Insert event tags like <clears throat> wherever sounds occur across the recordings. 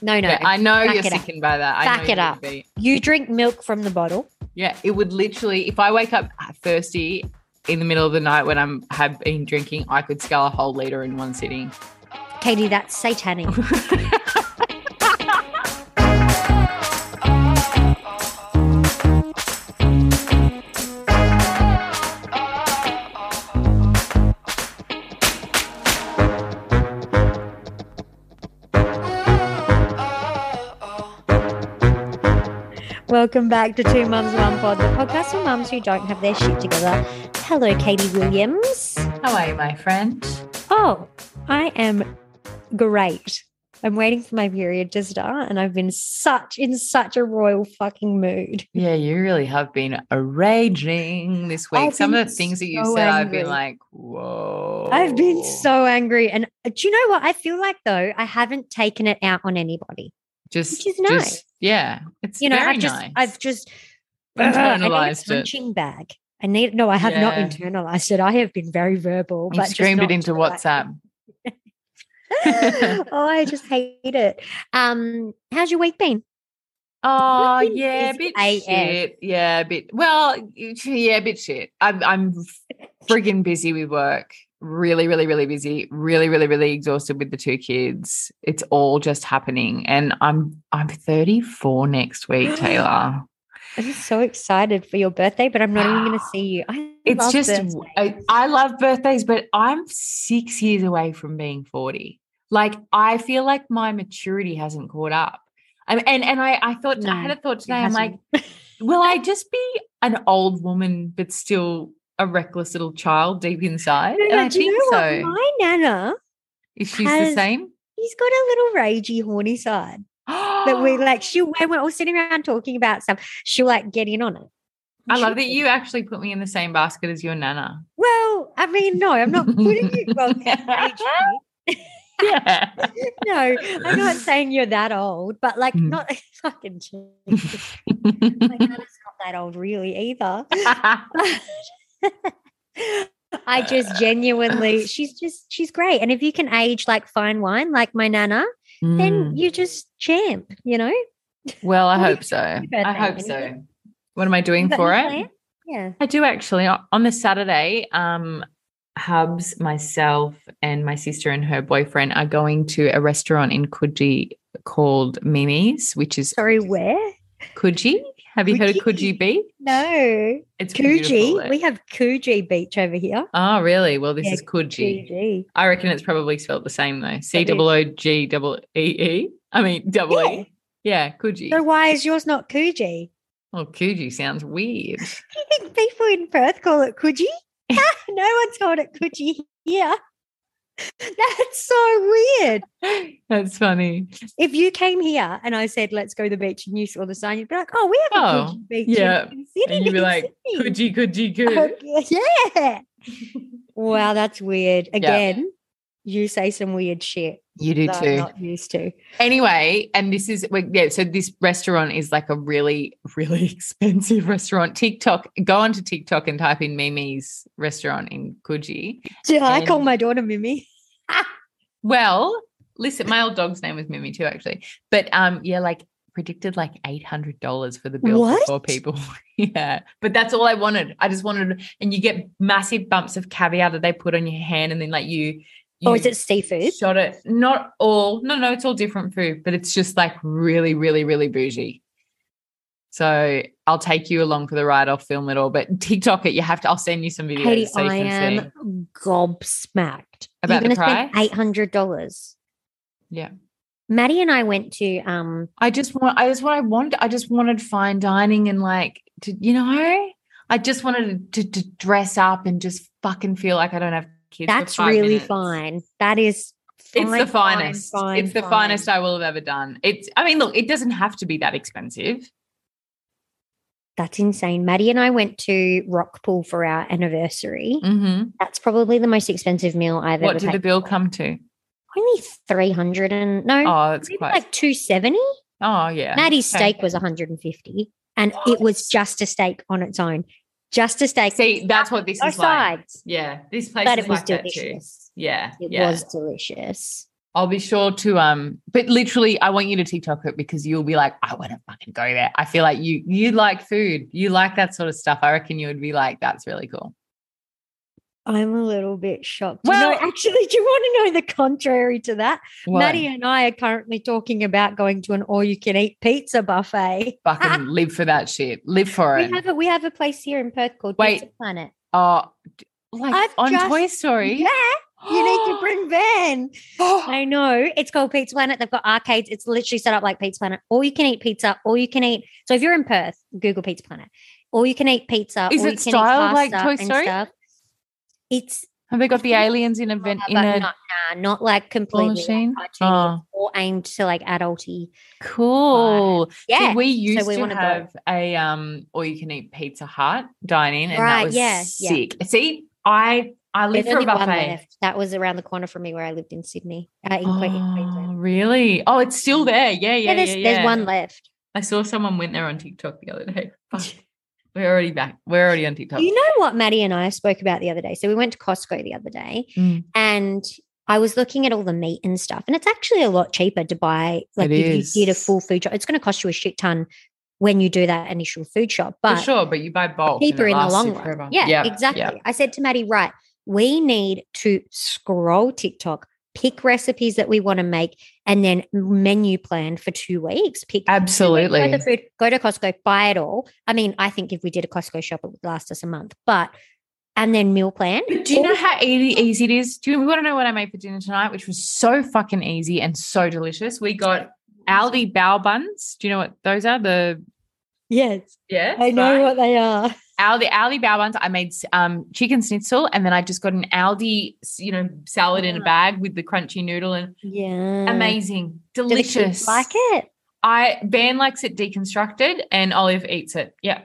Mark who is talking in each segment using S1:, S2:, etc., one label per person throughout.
S1: No, no.
S2: Yeah, I know
S1: Back
S2: you're
S1: it up.
S2: sickened by that. I
S1: Back
S2: know
S1: it
S2: you would
S1: up.
S2: be.
S1: You drink milk from the bottle.
S2: Yeah, it would literally. If I wake up thirsty in the middle of the night when I'm have been drinking, I could scull a whole liter in one sitting.
S1: Katie, that's satanic. Welcome back to Two Mums One Pod, the podcast for mums who don't have their shit together. Hello, Katie Williams.
S2: How are you, my friend?
S1: Oh, I am great. I'm waiting for my period to start, and I've been such in such a royal fucking mood.
S2: Yeah, you really have been a raging this week.
S1: I've
S2: Some of
S1: been
S2: the things that you
S1: so
S2: said, I've
S1: angry.
S2: been like, whoa.
S1: I've been
S2: Oh.
S1: so angry, and uh, do you know what I feel like though? I haven't taken it out on anybody.
S2: just,
S1: which is nice.
S2: just- yeah, it's
S1: You know,
S2: very
S1: I've just,
S2: nice.
S1: I've
S2: <clears throat>
S1: just I need a
S2: Internalized it.
S1: punching bag. I need no, I have not
S2: Yeah.
S1: internalized it. I have been very verbal,
S2: You
S1: but just
S2: screamed
S1: not
S2: it <laughs> into
S1: to, like-
S2: WhatsApp.
S1: <laughs> oh, I just hate it. Um, how's your week been?
S2: Oh
S1: Nothing
S2: yeah, a
S1: is
S2: bit
S1: AF.
S2: shit. Yeah, a bit. Well, yeah, a bit shit. I'm I'm friggin' busy with work. Really, really, really busy. Really, really, really exhausted with the two kids. It's all just happening, and I'm I'm 34
S1: <gasps>
S2: next week, Taylor.
S1: I'm so excited for your birthday, but I'm not even going to see you. I
S2: <gasps> It's
S1: love
S2: just
S1: birthdays.
S2: I, I love birthdays, but I'm six years away from being 40. Like I feel like my maturity hasn't caught up. I'm, and and I I thought
S1: No,
S2: I had a thought
S1: It
S2: today. I'm like.
S1: hasn't.
S2: Will I just be an old woman, but still a reckless little child deep inside?
S1: No,
S2: and
S1: no,
S2: I
S1: do you
S2: think
S1: know what?
S2: so.
S1: My nana,
S2: Is she
S1: has-
S2: the same?
S1: he's got a little ragey, horny side that
S2: <gasps>
S1: we like. She'll when we're all sitting around talking about stuff, she'll like get in on it.
S2: I
S1: She'll
S2: love that
S1: be-
S2: you actually put me in the same basket as your nana.
S1: Well, I mean, no, I'm not putting you.
S2: <laughs>
S1: Well, ragey.
S2: Yeah.
S1: no, I'm
S2: <laughs>
S1: not saying you're that old, but like
S2: Mm.
S1: not <laughs>
S2: <laughs>
S1: fucking. Jesus. My nana's not that old, really, either.
S2: Hmm.
S1: I just
S2: <laughs>
S1: genuinely, she's just, she's great. And if you can age like fine wine, like my nana, then
S2: Mm.
S1: you just champ, you know?
S2: well, I
S1: what do you
S2: hope so. I
S1: birthday?
S2: hope so.
S1: Anything?
S2: What am I doing
S1: You got
S2: for it?
S1: any plan? Yeah.
S2: I do actually. O- On the Saturday, um, Hubs, myself, and my sister and her boyfriend are going to a restaurant in Coogee called Mimi's, which is
S1: Sorry, where?
S2: Coogee. Have you heard of
S1: Coogee.
S2: Coogee Beach?
S1: No.
S2: It's beautiful
S1: Coogee.
S2: there.
S1: We have Coogee Beach over here.
S2: oh, really? Well, this
S1: Yeah,
S2: is Coogee.
S1: Coogee.
S2: I reckon it's probably spelled the same though. C
S1: is.
S2: double O G double E E. I mean, double
S1: Yeah.
S2: E. Yeah, Coogee.
S1: So why is yours not Coogee?
S2: well, Coogee sounds weird. <laughs>
S1: Do you think people in Perth call it Coogee? <laughs> Ah, no one's called it Coogee here. <laughs> That's so weird.
S2: That's funny.
S1: If you came here and I said, let's go to the beach and you saw the sign, you'd be like, oh, we have a
S2: Oh,
S1: Coogee beach.
S2: yeah.
S1: In Sydney,
S2: And you'd be like,
S1: <laughs> Sydney."
S2: Coogee, Coogee, Coogee. <laughs>
S1: Okay, Yeah. wow, that's weird. Again, you say some weird shit
S2: You do
S1: that
S2: too.
S1: I'm not used to.
S2: anyway, and this is well, yeah. So this restaurant is like a really, <laughs> really expensive restaurant. TikTok, go onto TikTok and type in Mimi's restaurant in Coogee.
S1: Do I call
S2: And-
S1: my daughter Mimi?
S2: Well, listen, my old dog's name was Mimi too, actually. But um, yeah, like predicted like eight hundred dollars for the bill
S1: What?
S2: for four people. <laughs> yeah, but that's all I wanted. I just wanted, and you get massive bumps of caviar that they put on your hand, and then like you. you
S1: Or Oh, is it seafood?
S2: Shot it. Not all. No, no, it's all different food, but it's just like really, really, really bougie. So I'll take you along for the ride. I'll film it all, but TikTok it. You have to. I'll send you some videos
S1: Katie,
S2: so you
S1: I
S2: can see.
S1: am gobsmacked.
S2: About the
S1: You're gonna
S2: price?
S1: spend $800.
S2: Yeah.
S1: Maddie and I went to um
S2: I just want. I just what I want. I just wanted fine dining and like to, you know. I just wanted to, to dress up and just fucking feel like I don't have kids. for
S1: that's
S2: five
S1: really
S2: minutes.
S1: fine. That is
S2: It's
S1: fine,
S2: the
S1: fine,
S2: finest.
S1: fine,
S2: it's the
S1: fine.
S2: finest I will have ever done. It's. I mean, look, it doesn't have to be that expensive.
S1: That's insane. Maddie and I went to Rockpool for our anniversary.
S2: Mm-hmm.
S1: That's probably the most expensive meal I've
S2: What
S1: ever
S2: did the
S1: paid.
S2: bill come to?
S1: Only 300 and no,
S2: Oh, that's
S1: maybe
S2: quite.
S1: Mm-hmm. like 270.
S2: oh, yeah.
S1: Maddie's
S2: Okay.
S1: steak was 150 and it was just a steak on its own. Just a steak.
S2: See, that's what this
S1: no
S2: is like.
S1: sides.
S2: Yeah, this place
S1: But
S2: is
S1: it was
S2: like that too.
S1: delicious.
S2: Yeah,
S1: It
S2: yeah.
S1: was delicious.
S2: I'll be sure to um, but literally I want you to TikTok it because you'll be like, I want to fucking go there. I feel like you you like food. You like that sort of stuff. I reckon you would be like, that's really cool.
S1: I'm a little bit shocked.
S2: Well-
S1: no, actually, do you want to know the contrary to that?
S2: What?
S1: Maddie and I are currently talking about going to an all-you-can-eat pizza buffet.
S2: fucking live for that shit. Live for
S1: We
S2: it.
S1: have a we have a place here in Perth called
S2: Wait.
S1: Pizza Planet.
S2: Oh, d- like
S1: I've
S2: on
S1: just-
S2: Toy Story. Oh,
S1: Yeah, you need
S2: <gasps>
S1: to bring Van. I know it's called Pizza Planet. They've got arcades. It's literally set up like Pizza Planet. All you can eat pizza. All you can eat. So if you're in Perth, Google Pizza Planet. All you can eat pizza.
S2: Is
S1: all
S2: it
S1: you can eat
S2: styled like
S1: pasta
S2: Toy
S1: and
S2: Story?
S1: stuff. It's
S2: Have they got the aliens in a vent in
S1: but
S2: a
S1: not nah, not like
S2: claw
S1: completely like,
S2: machine?
S1: cartoony
S2: Oh,
S1: or aimed to like adulty.
S2: cool. See,
S1: Yeah,
S2: we used
S1: we
S2: to
S1: wanna go.
S2: have a um or you can eat Pizza Hut dine in and that
S1: Right,
S2: was
S1: yeah, yeah.
S2: sick. See, I I live
S1: There's
S2: for a
S1: only one
S2: buffet.
S1: left. That was around the corner from me where I lived in Sydney. Uh, in Que- in
S2: Oh,
S1: Queensland.
S2: really? Oh, it's still there. Yeah,
S1: Yeah,
S2: yeah, yeah.
S1: there's,
S2: yeah.
S1: there's one left.
S2: I saw someone went there on TikTok the
S1: <laughs>
S2: other day. Fuck. We're already back. We're already on TikTok.
S1: You know what Maddie and I spoke about the other day? So we went to Costco the other day
S2: Mm.
S1: and I was looking at all the meat and stuff. And it's actually a lot cheaper to buy like
S2: It
S1: if you did a
S2: is.
S1: full food shop. It's going to cost you a shit ton when you do that initial food shop. But
S2: for sure, but you buy bulk. and it
S1: cheaper in the
S2: lasts
S1: long
S2: you
S1: run.
S2: forever.
S1: Yeah,
S2: Yep,
S1: exactly.
S2: yep.
S1: I said to Maddie, right, we need to scroll TikTok, pick recipes that we want to make, and then menu plan for two weeks. Pick
S2: Absolutely.
S1: the food, go to Costco, buy it all. I mean, I think if we did a Costco shop, it would last us a month, but and then meal plan.
S2: But do you know
S1: Or-
S2: how easy, easy it is? Do you want to know what I made for dinner tonight, which was so fucking easy and so delicious? We got Aldi bao buns. Do you know what those are? The
S1: Yes,
S2: yeah,
S1: I know what they are.
S2: Aldi Aldi bao buns. I made um, chicken schnitzel, and then I just got an Aldi, you know, salad in a
S1: Yeah.
S2: bag with the crunchy noodle and
S1: Yeah,
S2: amazing,
S1: Do the kids
S2: delicious.
S1: Like it.
S2: I Van likes it deconstructed, and Olive eats it. Yeah,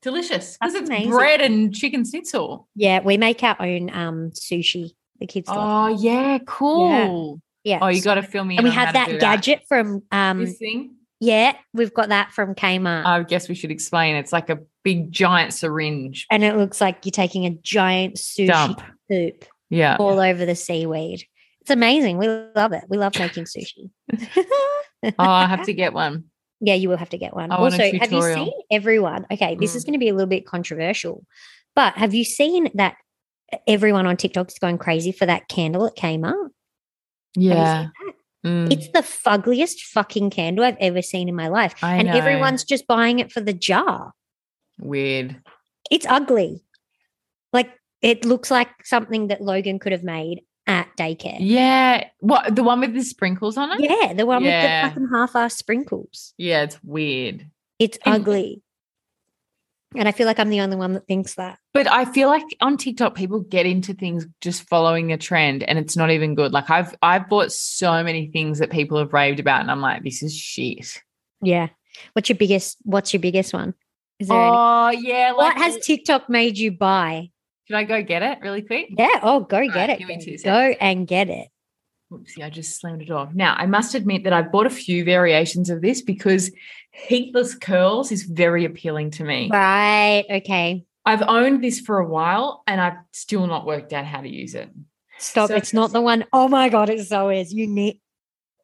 S2: delicious because
S1: That's
S2: it's
S1: amazing.
S2: bread and chicken schnitzel.
S1: Yeah, we make our own um sushi. The kids love.
S2: Oh yeah, cool.
S1: it. Yeah.
S2: Oh, you got to fill me.
S1: and
S2: in
S1: we
S2: on
S1: had
S2: how to
S1: that
S2: do
S1: gadget from um
S2: This thing.
S1: Yeah, we've got that from Kmart.
S2: I guess we should explain. It's like a big giant syringe
S1: and it looks like you're taking a giant sushi
S2: dump.
S1: soup
S2: Yeah.
S1: all over the seaweed. It's amazing. We love it. We love making sushi.
S2: <laughs> Oh, I have to get one.
S1: yeah, you will have to get one.
S2: I want
S1: also,
S2: Oh, a
S1: have you
S2: tutorial. Mm.
S1: seen everyone? Okay, this is going to be a little bit controversial, but have you seen that everyone on TikTok is going crazy for that candle at Kmart? <laughs> Have you
S2: Yeah.
S1: seen that?
S2: Mm.
S1: It's the fuggliest fucking candle I've ever seen in my life.
S2: I
S1: and
S2: know.
S1: everyone's just buying it for the jar.
S2: weird.
S1: it's ugly. Like it looks like something that Logan could have made at daycare.
S2: Yeah. What the one with the sprinkles on it? Yeah,
S1: Yeah, the one
S2: Yeah.
S1: with the fucking half-ass sprinkles.
S2: it's weird.
S1: It's
S2: And-
S1: ugly. And I feel like I'm the only one that thinks that.
S2: But I feel like on TikTok people get into things just following a trend and it's not even good. Like I've I've bought so many things that people have raved about and I'm like, this is shit.
S1: Yeah. What's your biggest what's your biggest one? Is there any
S2: Oh yeah.
S1: what
S2: like-
S1: has TikTok made you buy?
S2: should I go get it really quick?
S1: Yeah. Oh, go get
S2: right,
S1: it.
S2: give me two
S1: Go,
S2: seconds.
S1: and get it.
S2: Oopsie, I just slammed it off. Now, I must admit that I've bought a few variations of this because heatless curls is very appealing to me.
S1: Right. Okay.
S2: I've owned this for a while and I've still not worked out how to use it.
S1: Stop.
S2: So-
S1: it's not the one. Oh my god, it so is. You need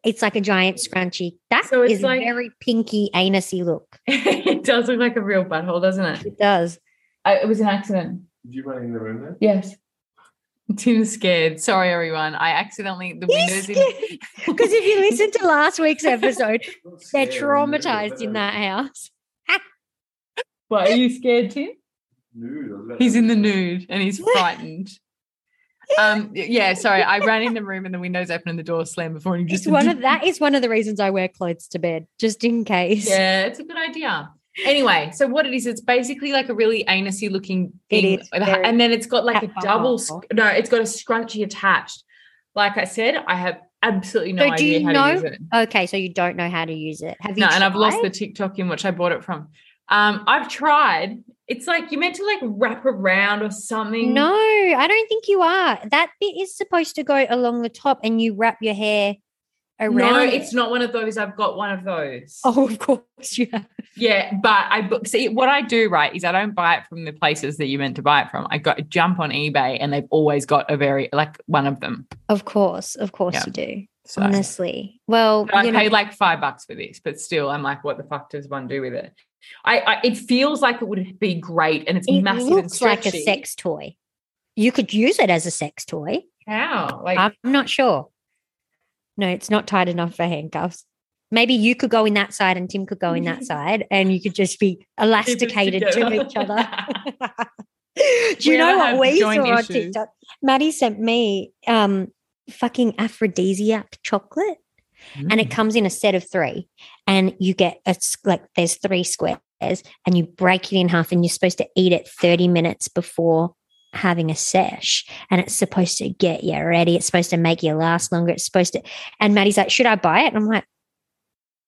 S1: it's like a giant scrunchie. That is
S2: So it's like-
S1: very pinky anusy look.
S2: <laughs> it does look like a real butthole, doesn't it?
S1: It <laughs> does.
S2: I, it was an accident.
S3: Did you run in the room then?
S2: Yes. <laughs> Tim's scared. Sorry, everyone. I accidentally the windows. in-
S1: Because if
S2: <laughs>
S1: you listen to last week's episode, they're
S3: Scared when you
S1: traumatized in
S3: open
S1: that
S3: it.
S1: house.
S2: What are you scared, Tim?
S3: Nude, I was about to
S2: He's in the
S3: say.
S2: nude and he's frightened. Um. Yeah. Sorry, I ran in the room and the windows open and the door slammed before and you
S1: It's
S2: just
S1: one of that is one of the reasons I wear clothes to bed, just in case.
S2: Yeah, it's a good idea. Anyway, so what it is, it's basically like a really anusy looking
S1: It
S2: thing,
S1: is
S2: with a-
S1: very-
S2: and then it's got like a
S1: That
S2: double.
S1: butthole.
S2: sc- No, it's got a scrunchie attached. Like I said, I have absolutely no
S1: So do
S2: idea
S1: you
S2: how
S1: know-
S2: to use it.
S1: Okay, so you don't know how to use it. Have you?
S2: No, and I've lost the
S1: tried?
S2: TikTok in which I bought it from. Um, I've tried. It's like you're meant to like wrap around or something.
S1: No, I don't think you are. That bit is supposed to go along the top, and you wrap your hair around?
S2: No,
S1: it?
S2: it's not one of those. I've got one of those.
S1: <laughs> Oh, of course, yeah.
S2: Yeah, but I book. See, what I do right is I don't buy it from the places that you meant to buy it from. I got jump on eBay, and they've always got a very like one of them.
S1: Of course, of course
S2: Yeah.
S1: you do.
S2: So,
S1: Honestly, well,
S2: So I
S1: you know,
S2: paid like five bucks for this, but still, I'm like, what the fuck does one do with it? I, I it feels like it would be great, and it's
S1: it
S2: massive and
S1: looks like
S2: stretchy.
S1: a sex toy. You could use it as a sex toy.
S2: How? Like,
S1: I'm not sure. No, it's not tight enough for handcuffs. Maybe you could go in that side and Tim could go in
S2: <laughs>
S1: that side, and you could just be elasticated to
S2: together.
S1: each
S2: <laughs>
S1: other. <laughs> Do you
S2: We
S1: know
S2: ever
S1: what
S2: have
S1: we saw
S2: joint
S1: on
S2: issues?
S1: TikTok? Maddie sent me um fucking aphrodisiac chocolate, and
S2: Mm.
S1: it comes in a set of three, and you get a s- like there's three squares, and you break it in half, and you're supposed to eat it 30 minutes before having a sesh and it's supposed to get you ready it's supposed to make you last longer it's supposed to and Maddie's like should I buy it and I'm like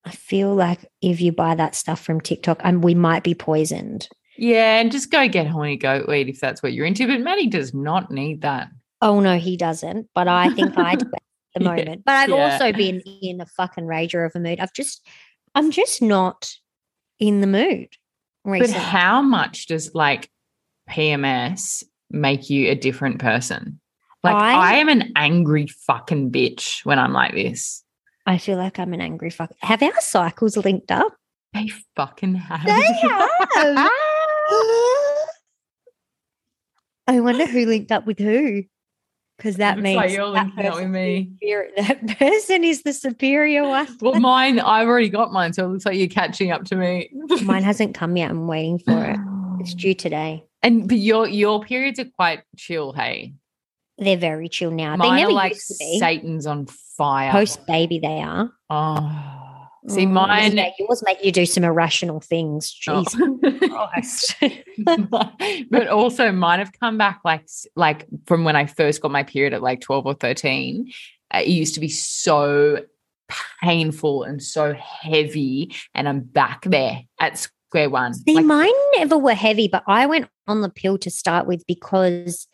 S1: I feel like if you buy that stuff from TikTok i we might be poisoned
S2: yeah, and just go get horny goat weed if that's what you're into. But Maddie does not need that.
S1: Oh no, he doesn't. But I think I
S2: <laughs>
S1: do at the
S2: Yeah.
S1: moment. But I've
S2: Yeah.
S1: also been in a fucking rager of a mood. I've just, I'm just not in the mood
S2: But
S1: recently.
S2: how much does like PMS make you a different person? Like
S1: I-
S2: I, am an angry fucking bitch when I'm like this.
S1: I feel like I'm an angry fuck. Have our cycles linked
S2: <laughs>
S1: up?
S2: They fucking have. <laughs>
S1: have. <laughs> I wonder who linked up with who. Because that
S2: Looks
S1: means
S2: like you're
S1: that,
S2: linking up with
S1: person is
S2: me.
S1: superior- <laughs> that person is the superior
S2: <laughs>
S1: one.
S2: well, mine, I've already got mine, so it looks like you're catching up to me.
S1: Mine hasn't come yet. I'm waiting for it. <sighs> It's due today.
S2: And but your your periods are quite chill, hey.
S1: They're very chill now.
S2: Mine
S1: they never
S2: are like
S1: used to be.
S2: Satan's on fire.
S1: Post baby, they are.
S2: oh. See,
S1: Mm,
S2: mine
S1: yeah, yours make you do some irrational things.
S2: Oh. <laughs>
S1: Jeez. Christ.
S2: but also mine have come back like s- like from when I first got my period at like 12 or 13 uh, it used to be so painful and so heavy and I'm back there at square one
S1: See,
S2: <laughs> Like,
S1: mine never were heavy, but I went on the pill to start with because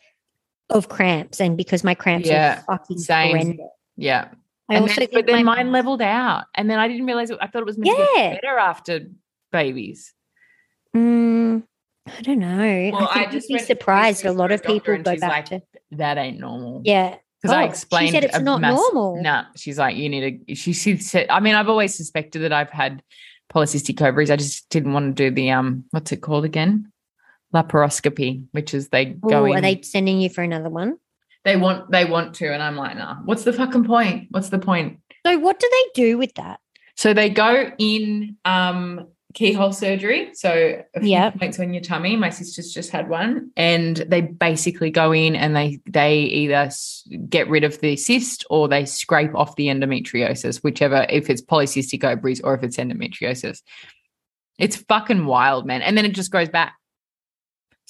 S1: of cramps and because my cramps
S2: Yeah,
S1: were fucking
S2: same.
S1: horrendous.
S2: yeah
S1: I
S2: And
S1: also
S2: then-
S1: think
S2: but then
S1: my-
S2: mine leveled out and then I didn't realize it, I thought it was meant to
S1: Yeah.
S2: get better after babies
S1: Mm, I don't know.
S2: Well,
S1: I,
S2: I
S1: think
S2: just
S1: you'd be
S2: went to the
S1: surprised. A
S2: GP
S1: lot
S2: for a
S1: of people
S2: doctor and
S1: go
S2: she's
S1: back
S2: like-
S1: to
S2: that ain't normal
S1: yeah.
S2: because I
S1: Oh, she said
S2: explained
S1: it's
S2: a
S1: not
S2: mass-
S1: normal.
S2: Nah, she's like, you need to. She, she said, I mean, I've always suspected that I've had polycystic ovaries. I just didn't want to do the um, what's it called again, laparoscopy, which is they go
S1: Oh,
S2: in.
S1: are they sending you for another one?
S2: they want they want to, and I'm like, nah. What's the fucking point? What's the point?
S1: So, what do they do with that?
S2: So they go in um keyhole surgery. So a few
S1: Yeah.
S2: points on your tummy. My sister's just had one, and they basically go in and they they either s- get rid of the cyst or they scrape off the endometriosis, whichever if it's polycystic ovaries or if it's endometriosis. It's fucking wild, man. And then it just goes back.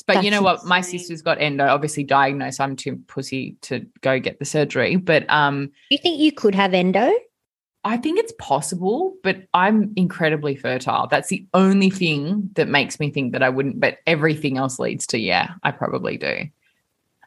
S2: But you
S1: That's
S2: know what? My
S1: insane.
S2: sister's got endo, obviously diagnosed. I'm too pussy to go get the surgery, but um,
S1: Do you think you could have endo?
S2: I think it's possible, but I'm incredibly fertile. That's the only thing that makes me think that I wouldn't, but everything else leads to, yeah, I probably do.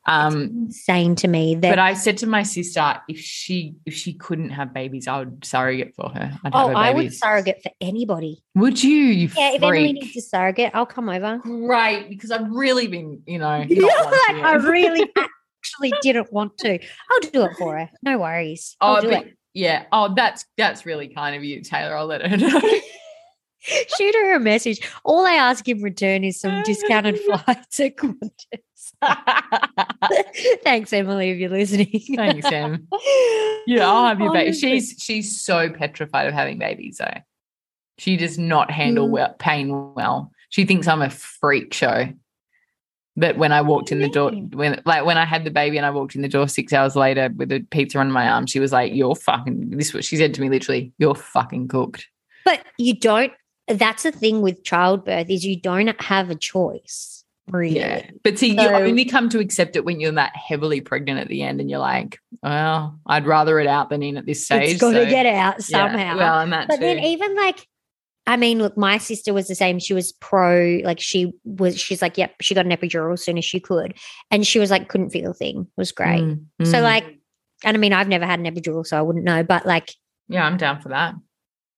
S2: Um,
S1: Saying to me that
S2: but I said to my sister, if she if she couldn't have babies, I would surrogate for her. I'd
S1: Oh,
S2: have her
S1: I would
S2: babies.
S1: surrogate for anybody.
S2: Would you? You
S1: Yeah, if Emily
S2: freak.
S1: needs a surrogate, I'll come
S2: <laughs>
S1: over.
S2: Great, because I've really been, you know,
S1: <laughs>
S2: not
S1: Yeah,
S2: wanting
S1: like, I
S2: it.
S1: really actually didn't want to. I'll do it for her. No worries. I'll
S2: Oh,
S1: do
S2: but- yeah. Oh, that's that's really kind of you, Taylor. I'll let her know.
S1: <laughs>
S2: <laughs>
S1: it. <laughs> Shoot her a message. All I ask in return is some
S2: <laughs>
S1: discounted flights at Qantas.
S2: Ah.
S1: <laughs> Thanks, Emily, if you're listening. <laughs> Oh,
S2: Thanks, Em. Yeah, I'll have your baby.
S1: Honestly.
S2: She's she's so petrified of having babies though. She does not handle
S1: Mm.
S2: well, pain well. She thinks I'm a freak show. But when I walked
S1: do
S2: in
S1: you
S2: the door,
S1: mean?
S2: when like when I had the baby and I walked in the door six hours later with a pizza on my arm, she was like, "You're fucking." This is what she said to me literally. You're fucking cooked.
S1: But you don't. That's the thing with childbirth is you don't have a choice. Really.
S2: Yeah. But see, you
S1: So-
S2: only come to accept it when you're that heavily pregnant at the end, and you're like, "Well, I'd rather it out than in at this stage."
S1: It's got
S2: So,
S1: to get out
S2: yeah.
S1: somehow.
S2: Well, and that
S1: but
S2: too.
S1: then even like i mean look my sister was the same she was pro like she was she's like yep she got an epidural as soon as she could and she was like couldn't feel a thing It was great
S2: Mm,
S1: so
S2: mm.
S1: like and i mean i've never had an epidural so i wouldn't know but like
S2: Yeah, I'm down for that.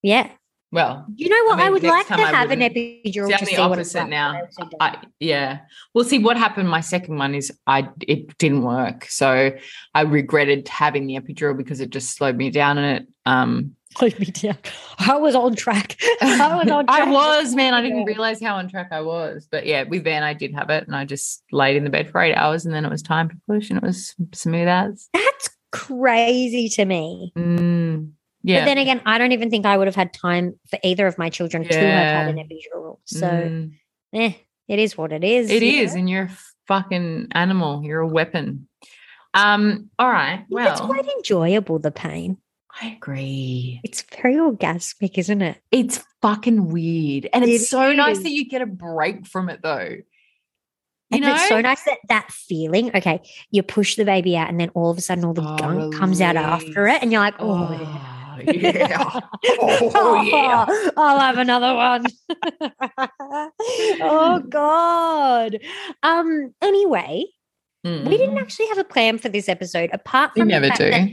S1: Yeah.
S2: Well,
S1: You know what? I,
S2: mean,
S1: would
S2: next
S1: like to
S2: time I
S1: have an
S2: wouldn't.
S1: epidural to
S2: Definitely
S1: see what it's
S2: opposite
S1: like.
S2: now.
S1: but I also
S2: I yeah. Well, see what happened. My second one is I it didn't work, so I regretted having the epidural because it just slowed me down, and it um.
S1: don't. me down. I was on track. <laughs> I
S2: <laughs>
S1: was on track.
S2: I was man. I
S1: Yeah.
S2: didn't realize how on track I was, but yeah, with Van, I did have it, and I just laid in the bed for eight hours, and then it was time to push, and it was smooth as.
S1: That's crazy to me.
S2: Mm, yeah.
S1: But then again, I don't even think I would have had time for either of my children to have had
S2: Yeah.
S1: an epidural. So
S2: Mm.
S1: eh, it is what it is.
S2: it
S1: you
S2: is,
S1: know?
S2: and you're a fucking animal. You're a weapon. Um. All right.
S1: Well, it's
S2: Well,
S1: quite enjoyable, the pain.
S2: I agree.
S1: It's very orgasmic, isn't it?
S2: It's fucking weird. And it's
S1: It
S2: so nice
S1: is.
S2: that you get a break from it though. You
S1: And
S2: know?
S1: it's so nice that that feeling. Okay, you push the baby out, and then all of a sudden, all the
S2: Oh,
S1: gunk comes out after it, and you're like, oh, yeah.
S2: Oh, yeah.
S1: Oh, <laughs>
S2: Oh, <laughs> yeah.
S1: I'll have another one. <laughs> oh
S2: Mm.
S1: God. Um. Anyway, we didn't actually have a plan for this episode, apart
S2: You
S1: from the
S2: Mm-hmm. never
S1: fact
S2: do.
S1: that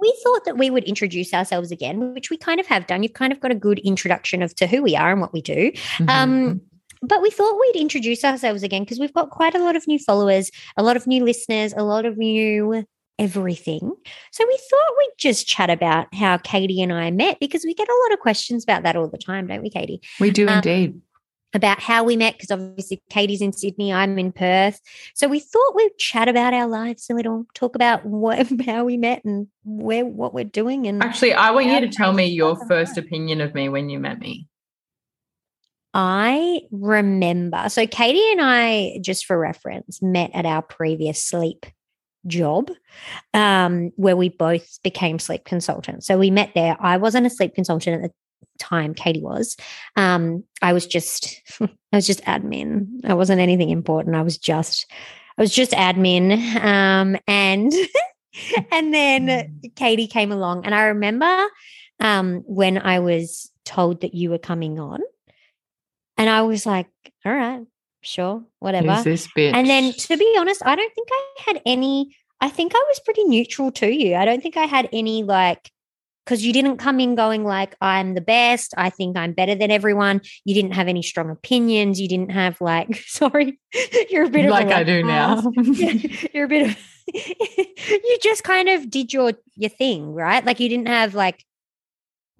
S1: we thought that we would introduce ourselves again, which we kind of have done. You've kind of got a good introduction of to who we are and what we do. Um, but we thought we'd introduce ourselves again because we've got quite a lot of new followers, a lot of new listeners, a lot of new everything. So we thought we'd just chat about how Katie and I met because we get a lot of questions about that all the time, don't we, Katie?
S2: we do
S1: um,
S2: indeed.
S1: About how we met because obviously Katie's in Sydney, I'm in Perth. So we thought we'd chat about our lives a little, talk about what <laughs> how we met and where what we're doing and
S2: Actually, I want you
S1: Yeah,
S2: to tell me your
S1: fucking
S2: first
S1: right.
S2: opinion of me when you met me.
S1: I remember. So Katie and I, just for reference, met at our previous sleep job um, where we both became sleep consultants. So we met there. I wasn't a sleep consultant at the time Katie was. Um, I was just <laughs> I was just admin. I wasn't anything important. I was just I was just admin. Um, and <laughs> and then Katie came along and I remember um, when I was told that you were coming on and I was like, all right, sure, whatever.
S2: Who's this bitch?
S1: And then to be honest, I don't think I had any. I think I was pretty neutral to you. I don't think I had any like, because you didn't come in going like, I'm the best. I think I'm better than everyone. You didn't have any strong opinions. You didn't have like, <laughs> sorry, you're a bit of a, ah,
S2: like I do now. <laughs>
S1: you're a bit of, <laughs> you just kind of did your your thing, right? Like you didn't have like,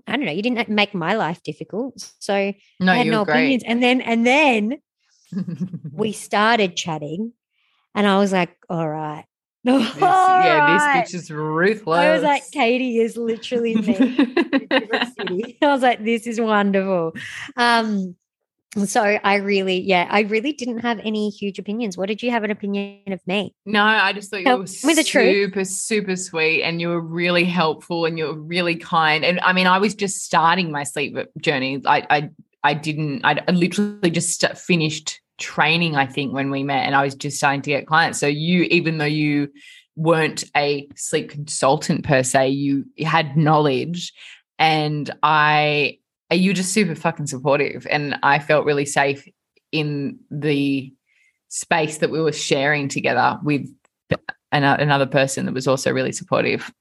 S1: I don't know, you didn't make my life difficult. So
S2: no,
S1: I had
S2: you're
S1: no
S2: great.
S1: opinions. And then and then we started chatting and I was like, all right. <laughs>
S2: This- yeah,
S1: Alright.
S2: this bitch is ruthless.
S1: I was like, Katie is literally me. in a
S2: <laughs>
S1: different city. <laughs> I was like, this is wonderful. Um, so I really, yeah, I really didn't have any huge opinions. What did you have an opinion of me?
S2: No, I just thought you
S1: Tell
S2: were
S1: me
S2: super,
S1: the truth.
S2: super sweet and you were really helpful and you were really kind. And I mean, I was just starting my sleep journey. I, I, I didn't, I, I literally just st- finished training, I think, when we met and I was just starting to get clients. So you, even though you weren't a sleep consultant per se, you had knowledge and I, you were just super fucking supportive. And I felt really safe in the space that we were sharing together with an- another person that was also really supportive.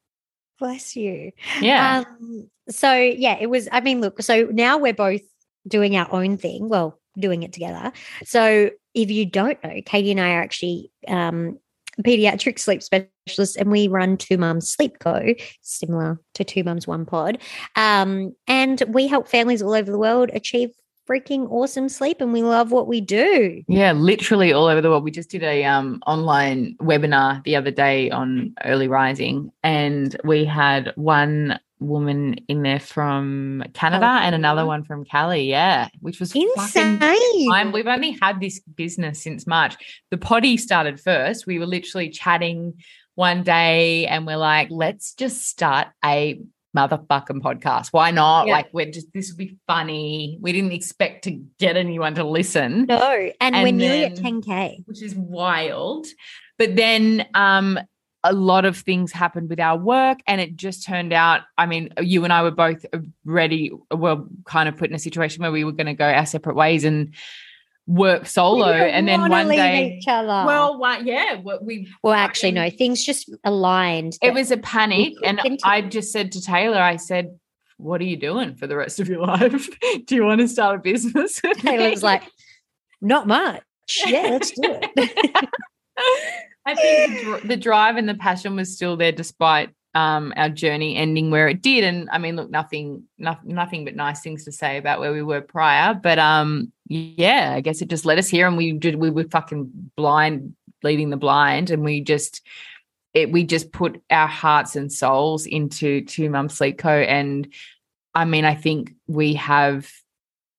S1: Bless you.
S2: Yeah.
S1: Um, so yeah, it was. I mean, look. So now we're both doing our own thing. Well, doing it together. So if you don't know, Katie and I are actually um, pediatric sleep specialists, and we run Two Mums Sleep Co, similar to Two Mums One Pod, um, and we help families all over the world achieve freaking awesome sleep, and we love what we do.
S2: yeah, literally all over the world. We just did a um, online webinar the other day on early rising, and we had one woman in there from Canada and another
S1: California.
S2: one from Cali. Yeah, which was fucking
S1: Oh, Insane.
S2: time. We've only had this business since March. The potty started first. We were literally chatting one day and we're like, let's just start a motherfucking podcast. Why not?
S1: Yeah.
S2: Like, we're just, this would be funny. We didn't expect to get anyone to listen,
S1: No, and, we're
S2: And
S1: nearly at
S2: then-
S1: 10k.
S2: which is wild. But then, um, a lot of things happened with our work, and it just turned out. I mean, you and I were both uh, ready, well, kind of put in a situation where we were going to go our separate ways and work solo.
S1: We didn't
S2: And then
S1: wanna
S2: one
S1: leave
S2: day,
S1: each other.
S2: well, one, yeah, what we
S1: Well, actually, no.
S2: mean-
S1: Things just aligned.
S2: it
S1: <laughs> that-
S2: was a panic,
S1: could
S2: and
S1: continue.
S2: I just said to Taylor, I said, what are you doing for the rest of your <laughs> life? Do you want to start a business?
S1: Caleb's like, not
S2: <laughs>
S1: much. Yeah, let's do it.
S2: I think the, dr- the drive and the passion was still there despite um, our journey ending where it did. And I mean, look, nothing, no, nothing but nice things to say about where we were prior. But um, yeah, I guess it just led us here, and we did. We were fucking blind, leading the blind, and we just. It, we just put our hearts and souls into to Mum Sleep Co. And I mean, I think we have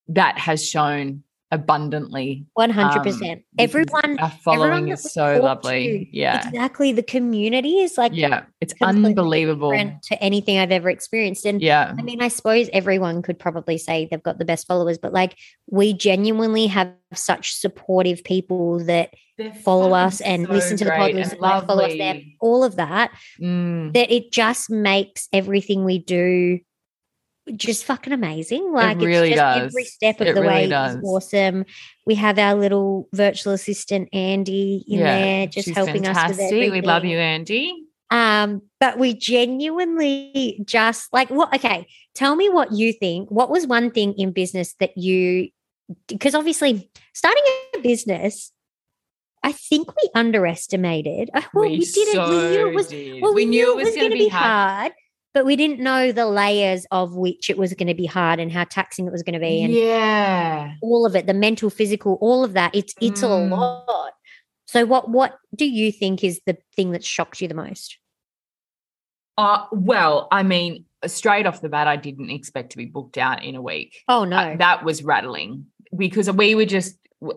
S2: that has shown abundantly.
S1: <laughs> One hundred percent.
S2: um, because
S1: Everyone,
S2: our following
S1: everyone
S2: is
S1: that we
S2: so
S1: talk
S2: lovely.
S1: to,
S2: Yeah.
S1: exactly. The community is like
S2: Yeah, it's
S1: completely
S2: unbelievable.
S1: different to anything I've ever experienced, and
S2: Yeah,
S1: I mean, I suppose everyone could probably say they've got the best followers, but like we genuinely have such supportive people that follow us and listen to the pod, listen, like, follow us there, all of that,
S2: Mm,
S1: that it just makes everything we do just fucking amazing. Like
S2: really
S1: it's just
S2: does.
S1: every step of
S2: It
S1: the
S2: really
S1: way
S2: does.
S1: is awesome. We have our little virtual assistant Andy in
S2: yeah,
S1: there just
S2: she's
S1: helping us with
S2: fantastic.
S1: everything.
S2: We love you, Andy.
S1: Um, but we genuinely just like what? okay, tell me what you think. What was one thing in business that you because obviously starting a business, I think we underestimated. uh, Well, we, didn't. we knew it was.
S2: did.
S1: Well,
S2: we knew it was
S1: gonna
S2: going to be hard.
S1: but we didn't know the layers of which it was going to be hard and how taxing it was going to be, and
S2: Yeah.
S1: all of it—the mental, physical, all of that. It's it's
S2: Mm.
S1: a lot. So, what what do you think is the thing that shocked you the most?
S2: Uh, well, I mean, straight off the bat, I didn't expect to be booked out in a week.
S1: Oh no,
S2: Uh, that was rattling because we were just we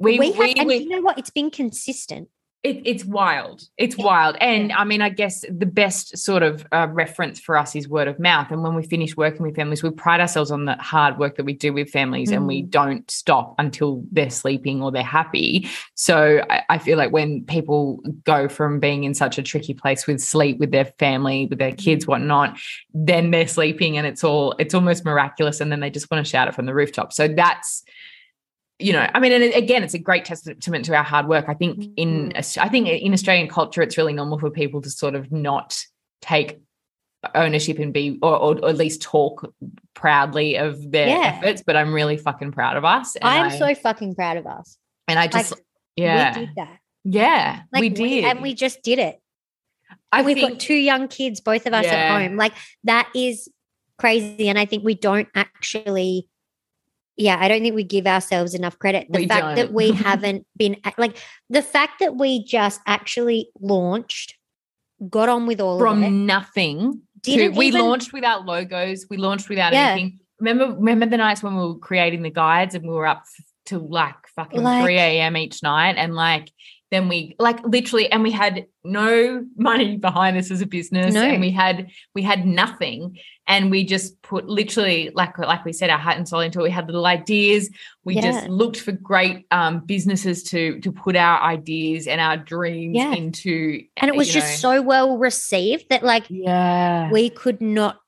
S2: we,
S1: we, have,
S2: we,
S1: and you know what? It's been consistent.
S2: it, it's wild. It's
S1: Yeah.
S2: wild. And I mean, I guess the best sort of uh, reference for us is word of mouth. And when we finish working with families, we pride ourselves on the hard work that we do with families and
S1: Mm.
S2: we don't stop until they're sleeping or they're happy. So I, I feel like when people go from being in such a tricky place with sleep, with their family, with their
S1: Mm.
S2: kids, whatnot, then they're sleeping and it's all, it's almost miraculous. And then they just want to shout it from the rooftop. So that's, you know, I mean, and it- again, it's a great testament to our hard work. I think in,
S1: Mm-hmm.
S2: Aus- I think in Australian culture, it's really normal for people to sort of not take ownership and be, or, or, or at least talk proudly of their
S1: Yeah.
S2: efforts. But I'm really fucking proud of us. And
S1: I am
S2: I-
S1: so fucking proud of us.
S2: and I
S1: Like,
S2: just, yeah,
S1: we did that.
S2: yeah,
S1: Like,
S2: we did,
S1: and we just did it.
S2: I
S1: We've
S2: think,
S1: got two young kids, both of us
S2: Yeah.
S1: at home. Like that is crazy, and I think we don't actually. Yeah, I don't think we give ourselves enough credit. The
S2: We
S1: fact that
S2: don't. <laughs>
S1: we haven't been a- like the fact that we just actually launched, got on with all of it.
S2: from nothing to,
S1: Didn't
S2: we
S1: even-
S2: launched without logos we launched without
S1: Yeah.
S2: anything remember remember the nights when we were creating the guides and we were up f- till like fucking
S1: Like-
S2: 3 a.m each night and like then we like literally and we had no money <laughs> behind us as a business
S1: No.
S2: and we had we had nothing and we just put literally like like we said our heart and soul into it we had little ideas we just
S1: Yeah.
S2: looked for great um businesses to to put our ideas and our dreams
S1: Yeah.
S2: into eh,
S1: And it was
S2: you
S1: just
S2: know.
S1: so well received that like
S2: yeah
S1: we could not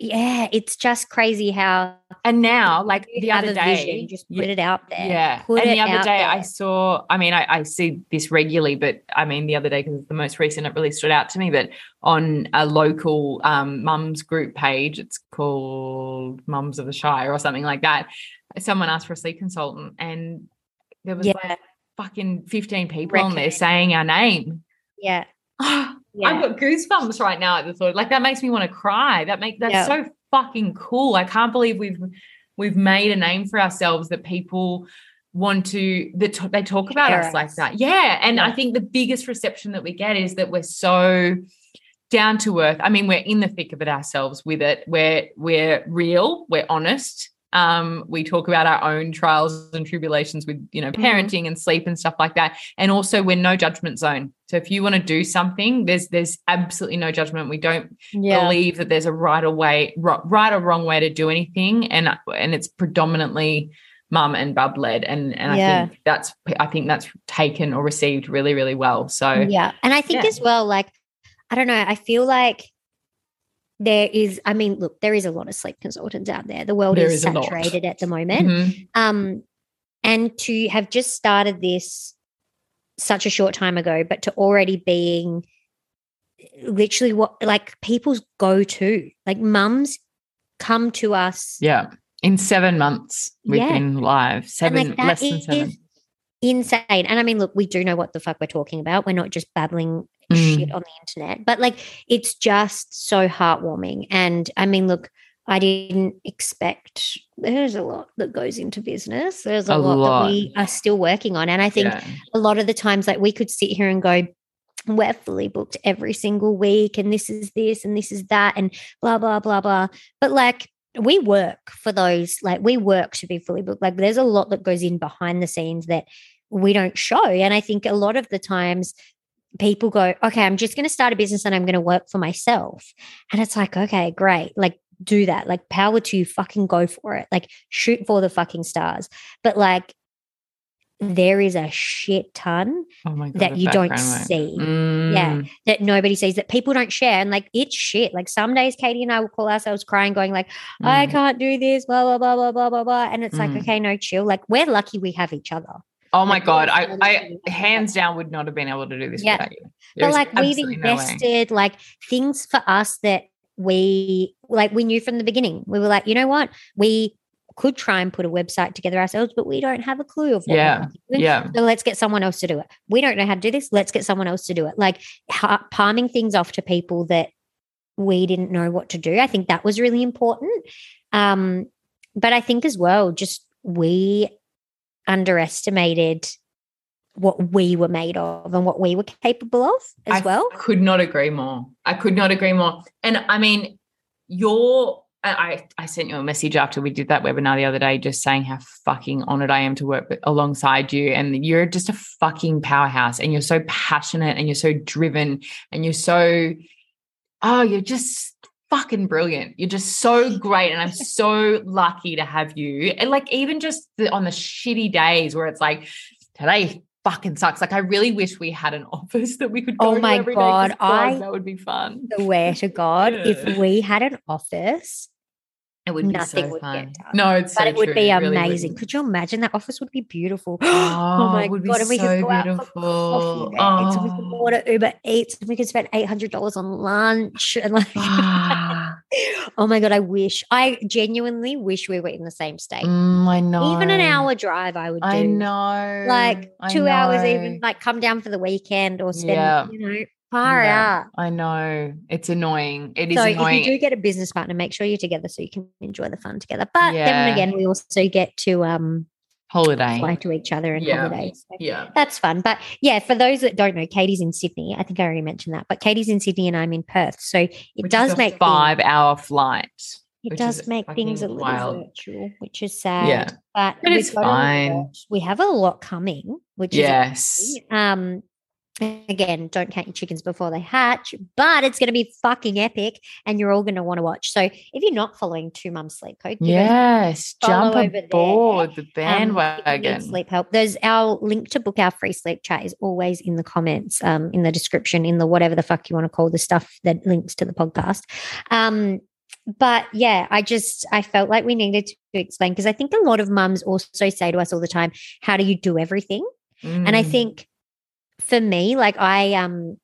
S1: yeah it's just crazy how
S2: And now, like the
S1: have
S2: other
S1: a
S2: day,
S1: vision, just
S2: yeah,
S1: put it out there
S2: yeah.
S1: put
S2: and
S1: it
S2: the other
S1: out
S2: day, I
S1: there.
S2: saw. I mean, I, I see this regularly, but I mean, the other day because the most recent, it really stood out to me. But on a local um, mums group page, it's called Mums of the Shire or something like that. Someone asked for a sleep consultant, and there was
S1: yeah
S2: like fucking fifteen people on there
S1: Recommend.
S2: saying our name. <gasps> Oh,
S1: yeah
S2: I've
S1: yeah
S2: got goosebumps right now at the thought. Like that makes me want to cry. That make that's
S1: Yeah.
S2: so fucking cool. I can't believe we've we've made a name for ourselves that people want to that t- they talk about
S1: Share
S2: us like
S1: us.
S2: that. Yeah, and I
S1: Yeah.
S2: think the biggest reception that we get is that we're so down to earth. I mean, we're in the thick of it ourselves with it. We're we're real, we're honest. Um, we talk about our own trials and tribulations with you know
S1: Mhm.
S2: parenting and sleep and stuff like that. And also we're no judgment zone. So if you want to do something, there's there's absolutely no judgment. We don't
S1: yeah
S2: believe that there's a right or way ro- right or wrong way to do anything. And and it's predominantly mum and bub led. And and
S1: Yeah.
S2: I think that's I think that's taken or received really, really well. So
S1: yeah and i think
S2: Yeah.
S1: as well like i don't know i feel like there is i mean look there is a lot of sleep consultants out there the world
S2: There
S1: is
S2: is a lot.
S1: saturated at the moment
S2: mhm.
S1: um and to have just started this such a short time ago but to already being literally what like people's go to like mums come to us.
S2: Yeah. In seven months, we've
S1: Yeah.
S2: been live.
S1: And,
S2: Seven,
S1: that
S2: less than
S1: is
S2: seven.
S1: Insane. And I mean, look, we do know what the fuck we're talking about. We're not just babbling
S2: Mm.
S1: shit on the internet, but like it's just so heartwarming. And I mean, look, I didn't expect there's a lot that goes into business. There's a,
S2: A
S1: lot,
S2: lot.
S1: that we are still working on. And I think
S2: Yeah.
S1: a lot of the times like we could sit here and go we're fully booked every single week and this is this and this is that and blah blah blah blah but like we work for those like we work to be fully booked like there's a lot that goes in behind the scenes that we don't show and i think a lot of the times people go okay i'm just going to start a business and i'm going to work for myself and it's like okay great like do that like power to you fucking go for it like shoot for the fucking stars but like there is a shit ton
S2: Oh my God.
S1: that
S2: the
S1: you don't
S2: background work.
S1: see
S2: Mm.
S1: that nobody sees that people don't share and like it's shit like some days katie and i will call ourselves crying going like i
S2: Mm.
S1: can't do this blah blah blah blah blah blah blah and it's
S2: Mm.
S1: like okay no chill like we're lucky we have each other
S2: Oh my
S1: Like,
S2: god!
S1: we're
S2: I,
S1: so lucky.
S2: I hands down would not have been able to do this
S1: Yeah.
S2: without you.
S1: but
S2: There's
S1: like we've
S2: absolutely no way.
S1: invested like things for us that we like we knew from the beginning we were like you know what we could try and put a website together ourselves but we don't have a clue of what we're
S2: Yeah.
S1: doing.
S2: Yeah,
S1: So let's get someone else to do it. We don't know how to do this. Let's get someone else to do it. Like ha- palming things off to people that we didn't know what to do. I think that was really important. Um, but I think as well, just we underestimated what we were made of and what we were capable of as
S2: I
S1: well.
S2: could not agree more. I could not agree more. And I mean, your I I I sent you a message after we did that webinar the other day, just saying how fucking honored I am to work with, alongside you. And you're just a fucking powerhouse, and you're so passionate, and you're so driven, and you're so oh, you're just fucking brilliant. You're
S1: <laughs>
S2: just so great. And I'm so lucky to have you. And like, even just the, on the shitty days where it's like, today fucking sucks. Like, I really wish we had an <laughs> office that we could go
S1: Oh
S2: to
S1: my
S2: every day 'cause
S1: God, I-
S2: that would be fun.
S1: Swear to God, if
S2: Yeah.
S1: we had an office,
S2: It would be so
S1: nothing would get
S2: fun.
S1: done.
S2: No, it's
S1: but
S2: so
S1: it would
S2: true.
S1: be
S2: It really would
S1: amazing.
S2: <laughs>
S1: Could you imagine that office would be beautiful? <gasps>
S2: Oh,
S1: my
S2: it would be
S1: God, and we could
S2: so
S1: go out for
S2: beautiful.
S1: coffee dates, and we could
S2: Oh.
S1: order Uber Eats, and we could spend eight hundred dollars on lunch, and like,
S2: <gasps>
S1: <laughs>
S2: Ah,
S1: oh my god, I wish, I genuinely wish we were in the same state.
S2: mm, I know.
S1: Even an hour drive, I would do.
S2: I know.
S1: like
S2: I
S1: two hours,
S2: know.
S1: even like come down for the weekend or spend,
S2: Yeah.
S1: you know, far
S2: Yeah,
S1: out.
S2: I know. It's annoying. It is
S1: So
S2: annoying.
S1: if you do get a business partner, make sure you're together so you can enjoy the fun together. But
S2: Yeah.
S1: then again, we also get to um
S2: Holiday.
S1: fly to each other and
S2: Yeah.
S1: holidays. So
S2: yeah.
S1: That's fun. But yeah, for those that don't know, Katie's in Sydney. I think I already mentioned that, but Katie's in Sydney and I'm in Perth. So it
S2: Which is
S1: does
S2: a
S1: make
S2: five hour flight.
S1: things, it
S2: which
S1: does
S2: is
S1: make things a little
S2: fucking wild.
S1: virtual, which is sad.
S2: Yeah.
S1: But,
S2: But
S1: we've
S2: it's
S1: got a lot-
S2: fine.
S1: We have a lot coming, which
S2: Yes.
S1: is um again, don't count your chickens before they hatch, but it's gonna be fucking epic and you're all gonna want to watch. So if you're not following two mums sleep code, give us
S2: Yes.
S1: follow
S2: Jump
S1: over there, um,
S2: aboard the
S1: if you need
S2: bandwagon.
S1: sleep help. There's our link to book our free sleep chat is always in the comments, um, in the description, in the whatever the fuck you want to call the stuff that links to the podcast. Um, but yeah, I just I felt like we needed to explain because I think a lot of mums also say to us all the time, "How do you do everything?" And I
S2: Mm.
S1: think for me, like I um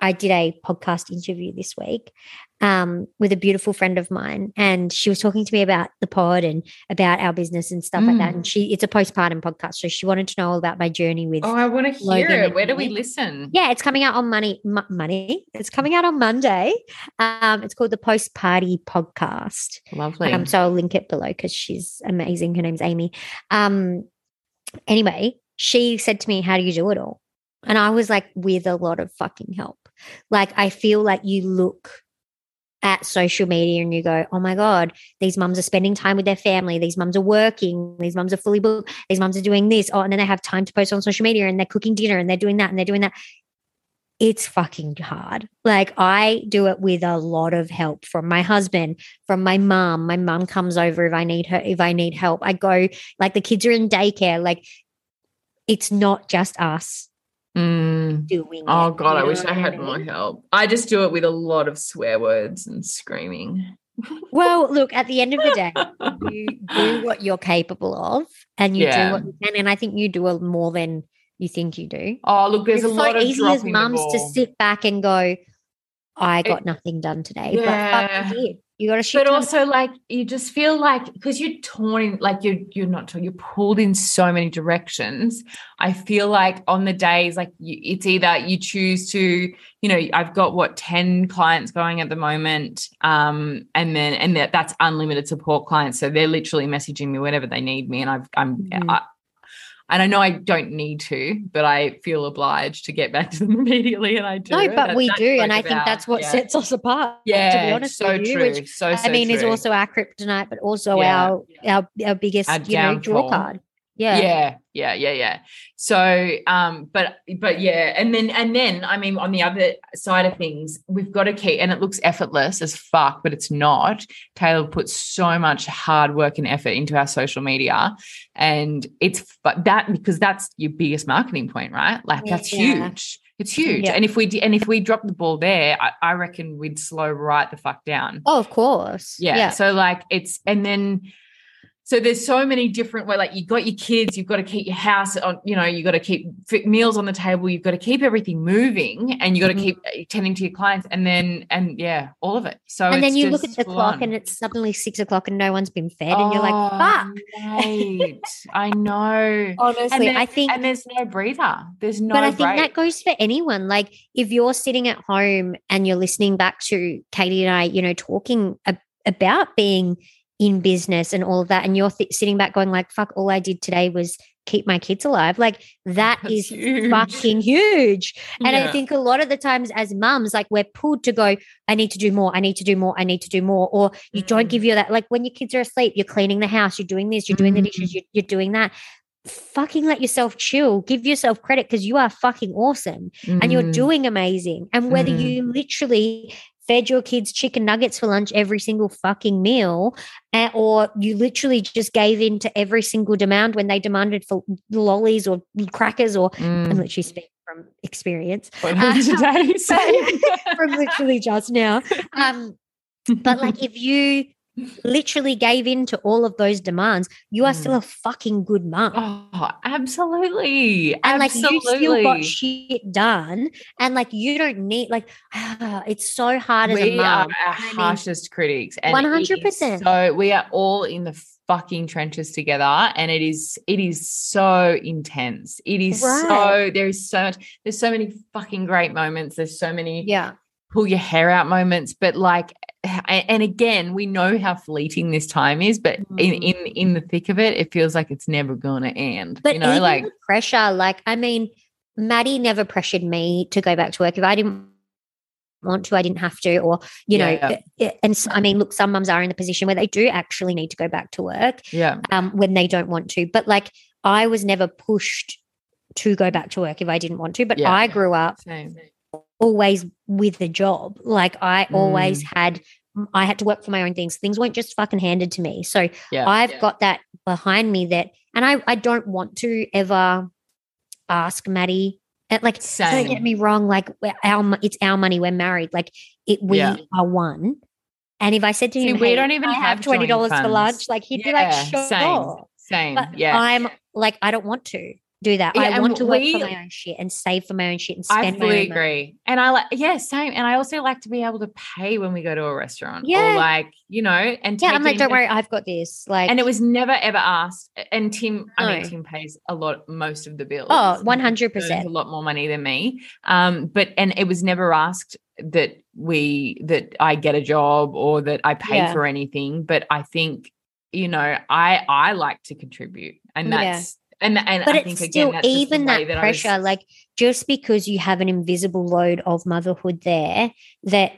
S1: I did a podcast interview this week um with a beautiful friend of mine and she was talking to me about the pod and about our business and stuff like that.
S2: Mm.
S1: And she it's a postpartum podcast. So she wanted to know all about my journey with
S2: Oh, I want to hear
S1: Logan
S2: it.
S1: and
S2: Where do we
S1: Nick.
S2: listen?
S1: yeah, it's coming out on money, Mo- money. It's coming out on Monday. Um, it's called the Post Party Podcast.
S2: Lovely.
S1: Um, so I'll link it below because she's amazing. Her name's Amy. Um, anyway, she said to me, How do you do it all? And I was like, With a lot of fucking help. Like, I feel like you look at social media and you go, Oh my God, these mums are spending time with their family. These mums are working. These mums are fully booked. These mums are doing this. Oh, and then they have time to post on social media and they're cooking dinner and they're doing that and they're doing that. It's fucking hard. Like, I do it with a lot of help from my husband, from my mom. My mom comes over if I need her, if I need help. I go, like the kids are in daycare. Like it's not just us
S2: Mm.
S1: doing
S2: Oh
S1: it,
S2: God,
S1: you
S2: I
S1: know
S2: wish
S1: what
S2: I had
S1: mean?
S2: more help. I just do it with a lot of swear words and screaming.
S1: Well, look, at the end of the
S2: <laughs>
S1: day, you do what you're capable of and you
S2: Yeah.
S1: do what you can. And I think you do a more than you think you do.
S2: Oh look, there's
S1: it's
S2: a lot
S1: so
S2: of
S1: easy as
S2: dropping the
S1: mums to
S2: ball.
S1: sit back and go, I got nothing done today. But fuck,
S2: Yeah.
S1: I did. You got to shit.
S2: but
S1: ton of-
S2: also like you just feel like because you're torn in like you're you're not torn, you're pulled in so many directions i feel like on the days like you, it's either you choose to you know i've got what 10 clients going at the moment um and then and that, that's unlimited support clients so they're literally messaging me whenever they need me and i've i'm
S1: Mhm.
S2: I, and I know I don't need to, but I feel obliged to get back to them <laughs> immediately, and I do.
S1: no, but
S2: That-
S1: we
S2: that's
S1: do, and
S2: both
S1: I
S2: of
S1: think
S2: our-
S1: that's what
S2: yeah.
S1: sets us apart.
S2: Yeah,
S1: to be honest
S2: so
S1: with you,
S2: true.
S1: which
S2: so,
S1: I
S2: so
S1: mean is
S2: true.
S1: also our kryptonite, but also
S2: Yeah.
S1: our our our biggest
S2: Our
S1: you know draw
S2: downfall.
S1: card. Yeah,
S2: yeah yeah yeah yeah so um but but yeah and then and then i mean on the other side of things we've got to keep and it looks effortless as fuck but it's not taylor puts so much hard work and effort into our social media and it's but that because that's your biggest marketing point right like that's
S1: Yeah.
S2: huge it's huge
S1: Yeah.
S2: and if we d- and if we drop the ball there I, I reckon we'd slow right the fuck down
S1: Oh, of course.
S2: yeah. So like it's and then so there's so many different way like you got your kids, you've got to keep your house on, you know, you got to keep fit meals on the table, you've got to keep everything moving and you got to
S1: Mhm.
S2: keep attending to your clients and then and yeah, all of it. So
S1: and then
S2: it's
S1: you look at
S2: just
S1: the
S2: full
S1: clock
S2: on.
S1: and it's suddenly six o'clock and no one's been fed, and you're like,
S2: Oh,
S1: fuck.
S2: mate.
S1: <laughs>
S2: I know. And
S1: Honestly,
S2: then-
S1: I think
S2: and there's no breather. There's no
S1: but I think
S2: break.
S1: that goes for anyone. Like if you're sitting at home and you're listening back to Katie and I, you know, talking ab- about being in business and all of that, and you're th- sitting back going like, "Fuck, all I did today was keep my kids alive." Like that
S2: That's
S1: is
S2: huge.
S1: fucking huge. And I
S2: Yeah.
S1: think a lot of the times as mums, like we're pulled to go, I need to do more, I need to do more, I need to do more. Or you don't
S2: Mm.
S1: give you that, like when your kids are asleep, you're cleaning the house, you're doing this, you're doing the
S2: Mm.
S1: dishes, you're, you're doing that. Fucking let yourself chill. Give yourself credit because you are fucking awesome and you're
S2: Mm.
S1: doing amazing. And whether
S2: Mm.
S1: you literally fed your kids chicken nuggets for lunch every single fucking meal, eh, or you literally just gave in to every single demand when they demanded for lollies or crackers or
S2: Mm.
S1: I'm literally speaking from experience, <laughs>
S2: today, <laughs> so-
S1: from literally just now. Um, but like if you literally gave in to all of those demands, you are still a fucking good mum.
S2: Mm. Oh, absolutely.
S1: and like
S2: absolutely.
S1: you still got shit done, and like you don't need like <sighs> it's so hard as a
S2: we are
S1: mum.
S2: our
S1: I mean,
S2: harshest critics. And it is
S1: 100%.
S2: So we are all in the fucking trenches together. And it is it is so intense. It is so
S1: Right.
S2: there is so much, there's so many fucking great moments. There's so many
S1: Yeah,
S2: pull your hair out moments but like a- and again we know how fleeting this time is but in
S1: Mm.
S2: in in the thick of it it feels like it's never gonna end
S1: but
S2: you know
S1: even
S2: like
S1: the pressure, like I mean, Maddie never pressured me to go back to work if I didn't want to, I didn't have to, or you
S2: Yeah.
S1: know, eh, and so, I mean, look, some mums are in the position where they do actually need to go back to work
S2: yeah
S1: um, when they don't want to. But like, I was never pushed to go back to work if I didn't want to. But
S2: Yeah.
S1: I grew up
S2: same
S1: always with a job. Like I
S2: Mm.
S1: always had, I had to work for my own things. Things weren't just fucking handed to me. So
S2: yeah
S1: I've
S2: yeah.
S1: got that behind me that, and I, I don't want to ever ask Maddie. and, Like,
S2: Same.
S1: don't get me wrong. Like, we're our mo- it's our money. We're married. Like, it we
S2: Yeah.
S1: are one. And if I said to
S2: See,
S1: him,
S2: we
S1: "Hey,
S2: don't even
S1: I
S2: have joint
S1: twenty dollars for
S2: funds."
S1: lunch," like he'd be like, "Sure."
S2: same same
S1: But
S2: yeah
S1: I'm like, I don't want to do that.
S2: Yeah,
S1: I
S2: and
S1: want to work
S2: we-
S1: for my own shit and save for my own shit and
S2: I
S1: spend my
S2: fully
S1: own money.
S2: agree. And I like, yeah, same. And I also like to be able to pay when we go to a restaurant.
S1: Yeah.
S2: Or like, you know, and
S1: Yeah,
S2: take
S1: I'm
S2: it
S1: like, don't
S2: into-
S1: worry, I've got this. Like,
S2: And it was never ever asked. And Tim, I mean,
S1: No.
S2: Tim pays a lot, most of the bills.
S1: oh,
S2: He earns
S1: 100 percent.
S2: A lot more money than me. Um, but and it was never asked that we that I get a job or that I pay
S1: Yeah.
S2: for anything. But I think, you know, I I like to contribute. And
S1: Yeah.
S2: that's and and
S1: But
S2: I
S1: it's
S2: think
S1: still
S2: again, that's just the
S1: even
S2: way
S1: that
S2: I was-
S1: pressure. like, just because you have an invisible load of motherhood there that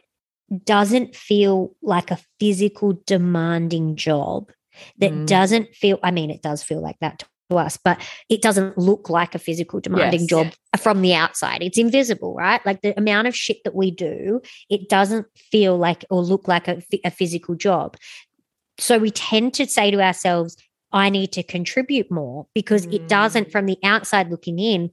S1: doesn't feel like a physical demanding job, that
S2: Mm.
S1: doesn't feel. I mean, it does feel like that to us, but it doesn't look like a physical demanding
S2: Yes.
S1: job from the outside. It's invisible, right? Like the amount of shit that we do, it doesn't feel like or look like a, phy- a physical job. So we tend to say to ourselves, I need to contribute more because it doesn't,
S2: Mm.
S1: from the outside looking in,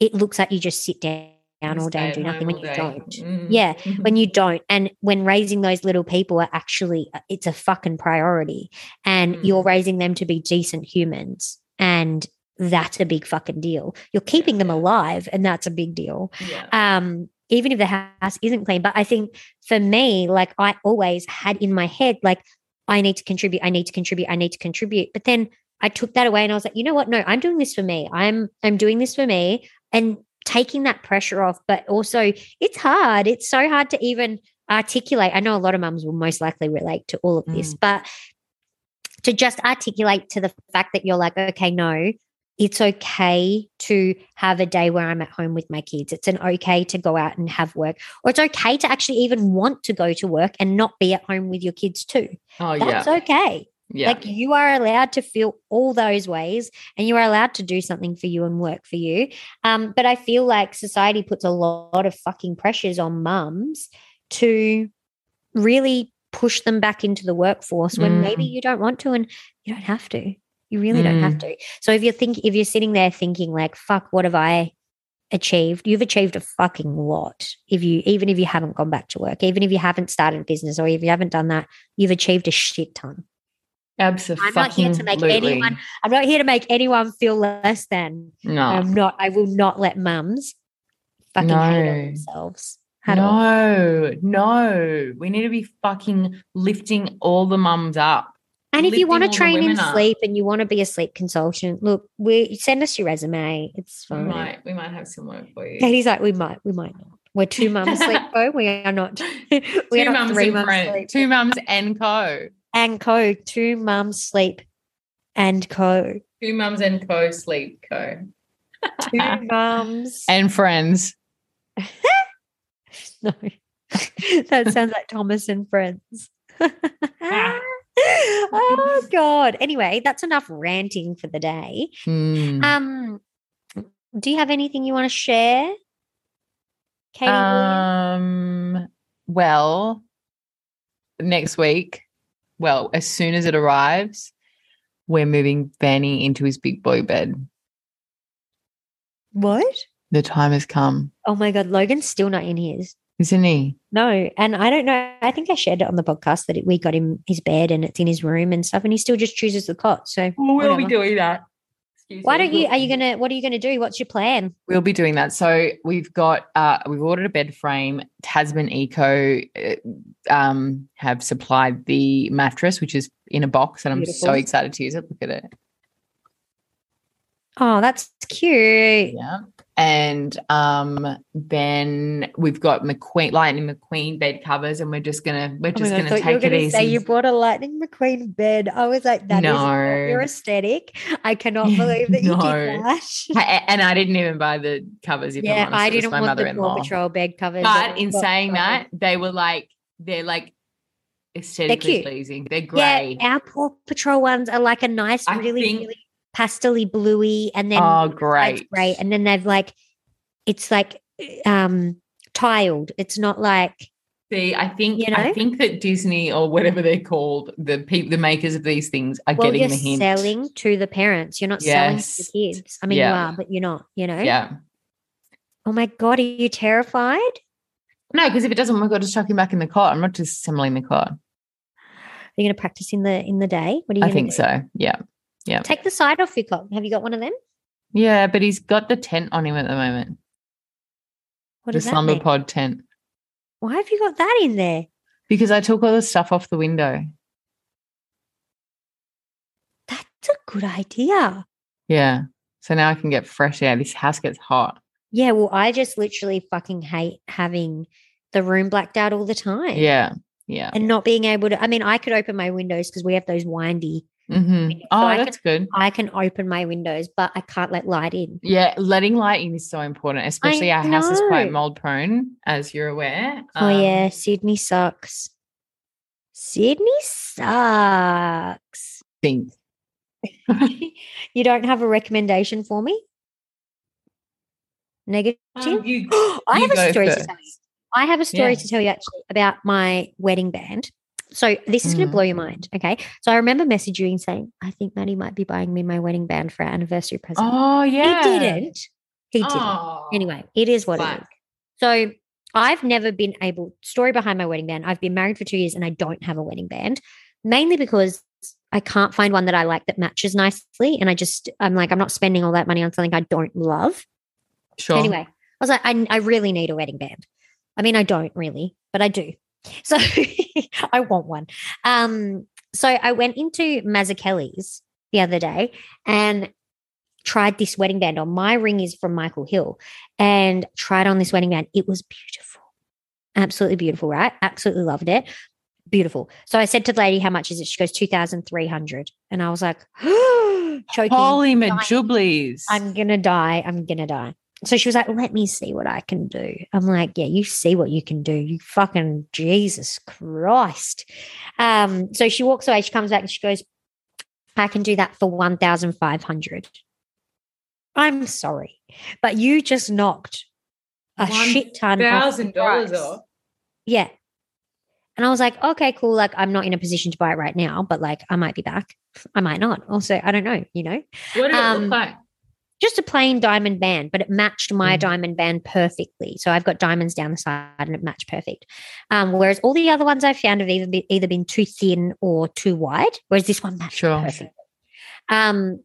S1: it looks like you just sit down
S2: You
S1: all day
S2: stay
S1: and
S2: at
S1: do nothing
S2: home
S1: when
S2: all
S1: you
S2: day.
S1: don't.
S2: Mm.
S1: Yeah, When you don't. And when raising those little people are actually, uh, it's a fucking priority. And
S2: Mm.
S1: you're raising them to be decent humans. And that's a big fucking deal. You're keeping them alive, and that's a big deal
S2: <laughs> Yeah.
S1: um even if the house isn't clean. But I think for me, like I always had in my head, like, I need to contribute, I need to contribute, I need to contribute. But then I took that away and I was like, you know what? No, I'm doing this for me. I'm I'm doing this for me and taking that pressure off. But also it's hard. It's so hard to even articulate. I know a lot of mums will most likely relate to all of this, but to just articulate to the fact that you're like, okay, no, it's okay to have a day where I'm at home with my kids. It's an okay to go out and have work. Or it's okay to actually even want to go to work and not be at home with your kids too.
S2: Oh yeah.
S1: That's okay.
S2: yeah.
S1: Like you are allowed to feel all those ways and you are allowed to do something for you and work for you. Um, but I feel like society puts a lot of fucking pressures on mums to really push them back into the workforce when
S2: Mm. Mm.
S1: maybe you don't want to and you don't have to. You really don't have to. So if you think if you're sitting there thinking like, fuck, what have I achieved? You've achieved a fucking lot. If you even if you haven't gone back to work, even if you haven't started a business or if you haven't done that, you've achieved a shit ton.
S2: Absolutely.
S1: I'm not here to make anyone- I'm not here to make anyone feel less than.
S2: No.
S1: I'm not. I will not let mums fucking hate on
S2: Ah. No.
S1: themselves at all.
S2: no, no. We need to be fucking lifting all the mums up.
S1: And if you
S2: lifting
S1: want to
S2: all the
S1: train in
S2: women up.
S1: sleep and you want to be a sleep consultant, look, we send us your resume. It's
S2: We
S1: fine.
S2: might, we might have some work for you.
S1: Katie's like, we might, we might not. We're two
S2: <laughs>
S1: mums sleep co. We are not. <laughs> we
S2: two
S1: are not
S2: mums
S1: three
S2: and
S1: mums
S2: friend,
S1: sleep
S2: two mums and co,
S1: and co. Two mums sleep and
S2: <laughs>
S1: co.
S2: two mums and co sleep co,
S1: Two mums.
S2: and friends.
S1: No, <laughs> that sounds like Thomas and Friends. oh God. Anyway, that's enough ranting for the day.
S2: Hmm.
S1: Um, do you have anything you want to share, Katie?
S2: Um, well, next week, well, as soon as it arrives, we're moving Vanny into his big boy bed.
S1: what?
S2: The time has come,
S1: Oh my God, Logan's still not in his.
S2: isn't he?
S1: No, and I don't know. I think I shared it on the podcast that it, we got him his bed and it's in his room and stuff, and he still just chooses the cot. So
S2: We'll
S1: be Whatever.
S2: doing that.
S1: why don't you? Are you gonna? What are you gonna do? What's your plan?
S2: We'll be doing that. So we've got uh, we've ordered a bed frame. Tasman Eco uh, um, have supplied the mattress, which is in a box, and I'm so
S1: Beautiful.
S2: excited to use it. Look at it.
S1: Oh, that's cute.
S2: Yeah. And um, then we've got McQueen Lightning McQueen bed covers, and we're just gonna we're
S1: Oh my
S2: just
S1: God, I
S2: gonna
S1: thought you were
S2: take it
S1: going to
S2: easy.
S1: say you brought a Lightning McQueen bed. I was like, that is not
S2: No.
S1: your aesthetic. I
S2: <laughs>
S1: cannot believe that you
S2: No.
S1: did that. <laughs>
S2: I- and I didn't even buy the covers. If
S1: yeah,
S2: I'm honest.
S1: I
S2: It was
S1: didn't
S2: my
S1: want the Paw
S2: mother-in-law.
S1: Patrol bed covers. that
S2: But
S1: I've
S2: in
S1: got
S2: saying
S1: from-
S2: that, they were like they're like aesthetically
S1: cute.
S2: pleasing. They're grey.
S1: yeah, our Paw Patrol ones are like a nice,
S2: I
S1: really,
S2: think-
S1: really pastely bluey, and then
S2: oh,
S1: like
S2: great!
S1: grey, and then they've like, it's like um tiled. It's not like
S2: See, I think
S1: You
S2: I
S1: know?
S2: think that Disney or whatever they're called, the people, the makers of these things are
S1: well,
S2: getting
S1: you're
S2: the hint.
S1: selling to the parents. You're not
S2: Yes.
S1: selling to the kids. I mean,
S2: Yeah.
S1: you are, but you're not. You know.
S2: Yeah.
S1: Oh my god, are you terrified?
S2: No, because if it doesn't work, I'll just chuck him back in the cot. I'm not disassembling the cot.
S1: Are you going to practice in the in the day? What are you?
S2: I
S1: gonna
S2: think
S1: do?
S2: so. Yeah.
S1: Take the side off your clock. Have you got one of them?
S2: Yeah, but he's got the tent on him at the moment.
S1: What
S2: the
S1: does that
S2: slumber
S1: mean?
S2: pod tent.
S1: Why have you got that in there?
S2: Because I took all the stuff off the window.
S1: That's a good idea.
S2: Yeah. So now I can get fresh air. This house gets hot.
S1: Yeah. Well, I just literally fucking hate having the room blacked out all the time.
S2: Yeah. Yeah.
S1: And not being able to. I mean, I could open my windows because we have those windy.
S2: hmm
S1: So
S2: Oh,
S1: I
S2: that's good.
S1: I can open my windows, but I can't let light in.
S2: Yeah, letting light in is so important, especially our house is quite
S1: know.
S2: mold prone, as you're aware.
S1: oh
S2: Um,
S1: yeah, Sydney sucks. Sydney sucks. <laughs>
S2: Think. Um,
S1: you don't have a recommendation for me? Negative.
S2: Um, you-
S1: <gasps> I
S2: you
S1: have a
S2: go
S1: story to
S2: first.
S1: tell you. I have a story
S2: Yeah.
S1: to tell you actually about my wedding band. So this is going
S2: Mm.
S1: to blow your mind. Okay. So I remember messaging you and saying, I think Maddie might be buying me my wedding band for our anniversary present.
S2: oh yeah.
S1: He didn't. He didn't.
S2: Oh,
S1: Anyway, it is what it
S2: fuck.
S1: is. So I've never been able, story behind my wedding band, I've been married for two years and I don't have a wedding band, mainly because I can't find one that I like that matches nicely. And I just, I'm like, I'm not spending all that money on something I don't love.
S2: Sure.
S1: Anyway, I was like, I, I really need a wedding band. I mean, I don't really, but I do. <laughs> So I want one. Um, so I went into Mazzucchelli's the other day and tried this wedding band on. My ring is from Michael Hill and tried on this wedding band. It was beautiful. Absolutely beautiful, right? Absolutely loved it. Beautiful. So I said to the lady, how much is it? She goes, 2,300. And I was like, <gasps> choking.
S2: Holy majublies.
S1: I'm gonna die. I'm gonna die. So she was like, let me see what I can do. I'm like, yeah, you see what you can do. You fucking Jesus Christ. Um, so she walks away, she comes back and she goes, I can do that for 1,500. I'm sorry, but you just knocked a shit ton off the
S2: thousand dollars
S1: price.
S2: off.
S1: Yeah. And I was like, okay, cool. Like, I'm not in a position to buy it right now, but like, I might be back. I might not. Also, I don't know, you know?
S2: What did it
S1: Um,
S2: look like?
S1: just a plain diamond band, but it matched my
S2: Mm.
S1: diamond band perfectly. So I've got diamonds down the side and it matched perfect. Um, whereas all the other ones I found have either been, either been too thin or too wide, whereas this one matched
S2: Sure.
S1: perfect. Um,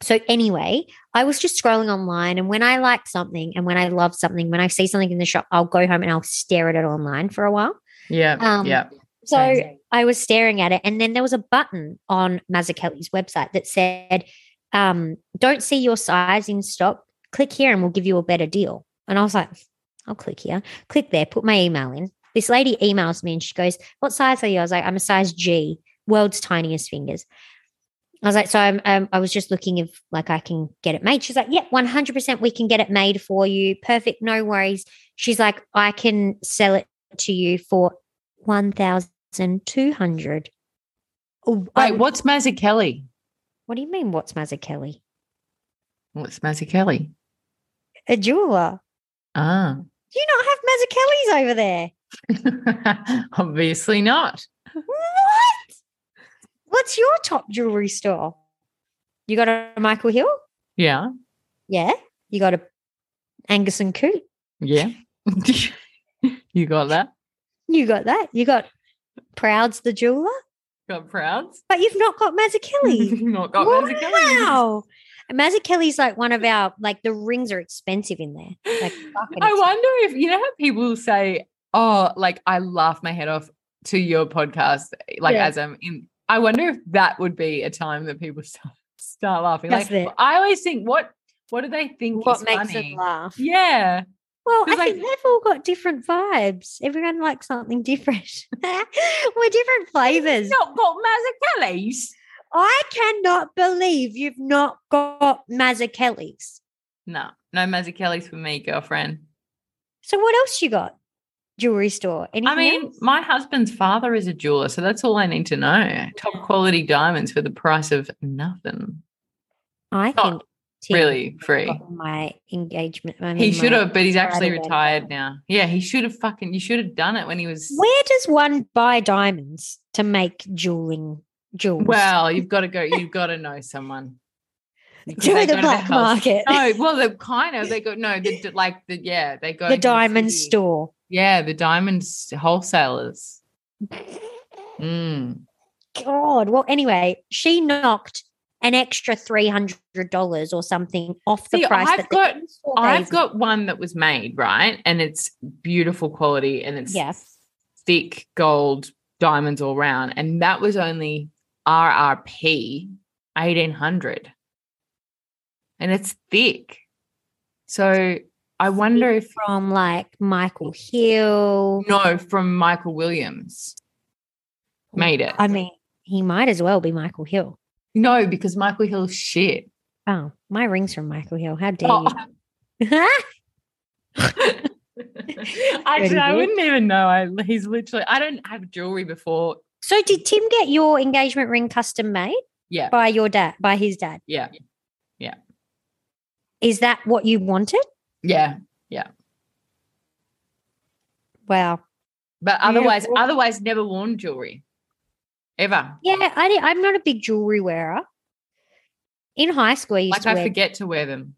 S1: so anyway, I was just scrolling online, and when I like something and when I love something, when I see something in the shop, I'll go home and I'll stare at it online for a while.
S2: Yeah.
S1: um,
S2: yeah.
S1: So
S2: Same.
S1: I was staring at it, and then there was a button on Mazzucchelli's website that said, um, "Don't see your size in stock. Click here, and we'll give you a better deal." And I was like, "I'll click here. Click there. Put my email in." This lady emails me, and she goes, "What size are you?" I was like, "I'm a size G, world's tiniest fingers." I was like, "So I'm, um, I was just looking if like I can get it made." She's like, "Yep, 100. percent We can get it made for you. Perfect. No worries." She's like, "I can sell it to you for one thousand two hundred. Oh,
S2: Wait, what's Mazzucchelli?
S1: What do you mean? What's Mazzucchelli?
S2: What's Mazzucchelli?
S1: A jeweler.
S2: Ah. <laughs>
S1: Do you not have Mazzucchelli's over there?
S2: Obviously not.
S1: What? What's your top jewelry store? You got a Michael Hill?
S2: Yeah.
S1: Yeah. You got a Angus and Coot?
S2: Yeah. <laughs> you got that?
S1: You got that? You got Proud's the jeweler?
S2: Got Prouds?
S1: But you've not got Mazzucchelli.
S2: <laughs> not got Mazzucchelli. <laughs>
S1: wow. Mazzucchelli's like one of our, like the rings are expensive in there. Like, fucking
S2: I wonder if you know how people say, "Oh, like I laugh my head off to your podcast," like
S1: Yeah.
S2: as I'm in. I wonder if that would be a time that people <laughs> start, start laughing.
S1: That's
S2: like
S1: it.
S2: I always think, what what do they think
S1: what
S2: is
S1: makes
S2: funny?
S1: them laugh?
S2: Yeah,
S1: Well, I
S2: 'Cause, like-
S1: think they've all got different vibes. Everyone likes something different. <laughs> We're different flavors.
S2: not got Mazzucchelli's.
S1: I cannot believe you've not got Mazzucchelli's.
S2: No, no Mazzucchelli's for me, girlfriend.
S1: So what else you got? Jewelry store. Anything
S2: I mean,
S1: else?
S2: my husband's father is a jeweler, so that's all I need to know. Top quality diamonds for the price of nothing.
S1: I
S2: not
S1: think Tim
S2: really free.
S1: got my engagement. I
S2: He
S1: mean,
S2: should
S1: my-
S2: have, but he's actually
S1: Friday then.
S2: retired now. Yeah, he should have fucking. You should have done it when he was.
S1: Where does one buy diamonds to make jeweling jewels?
S2: Well, you've got to go. You've got to know someone. Because
S1: <laughs> to
S2: they go
S1: the
S2: to
S1: black
S2: house-
S1: market,
S2: No, well, they kind of they got no, the, d- like the yeah, they
S1: <laughs>
S2: go
S1: the
S2: to
S1: diamond
S2: city.
S1: store.
S2: Yeah, the diamond s- wholesalers. Mm.
S1: God. Well, anyway, she knocked an extra three hundred dollars or something off the
S2: See,
S1: price.
S2: I've
S1: that the
S2: got-
S1: in-store
S2: I've
S1: gave
S2: got one that was made right, and it's beautiful quality, and
S1: me.
S2: it's
S1: Yes.
S2: thick gold diamonds all round, and that was only RRP eighteen hundred, and it's thick. So I wonder if
S1: From like Michael Hill.
S2: no from Michael Williams made it.
S1: I mean, he might as well be Michael Hill.
S2: No, because Michael Hill's shit. <laughs>
S1: Oh, my ring's from Michael Hill. How dare
S2: Oh. <laughs>
S1: you? <laughs>
S2: Actually, I
S1: bitch.
S2: wouldn't even know. I he's literally. I don't have jewelry before.
S1: so did Tim get your engagement ring custom made
S2: Yeah,
S1: by your dad, by his dad?
S2: yeah,
S1: Is that what you wanted?
S2: yeah.
S1: Wow.
S2: But otherwise,
S1: Beautiful.
S2: otherwise, never worn jewelry, ever.
S1: Yeah, I, di- I'm not a big jewelry wearer. In high school, I used
S2: Like
S1: to
S2: I
S1: wear
S2: forget to wear them.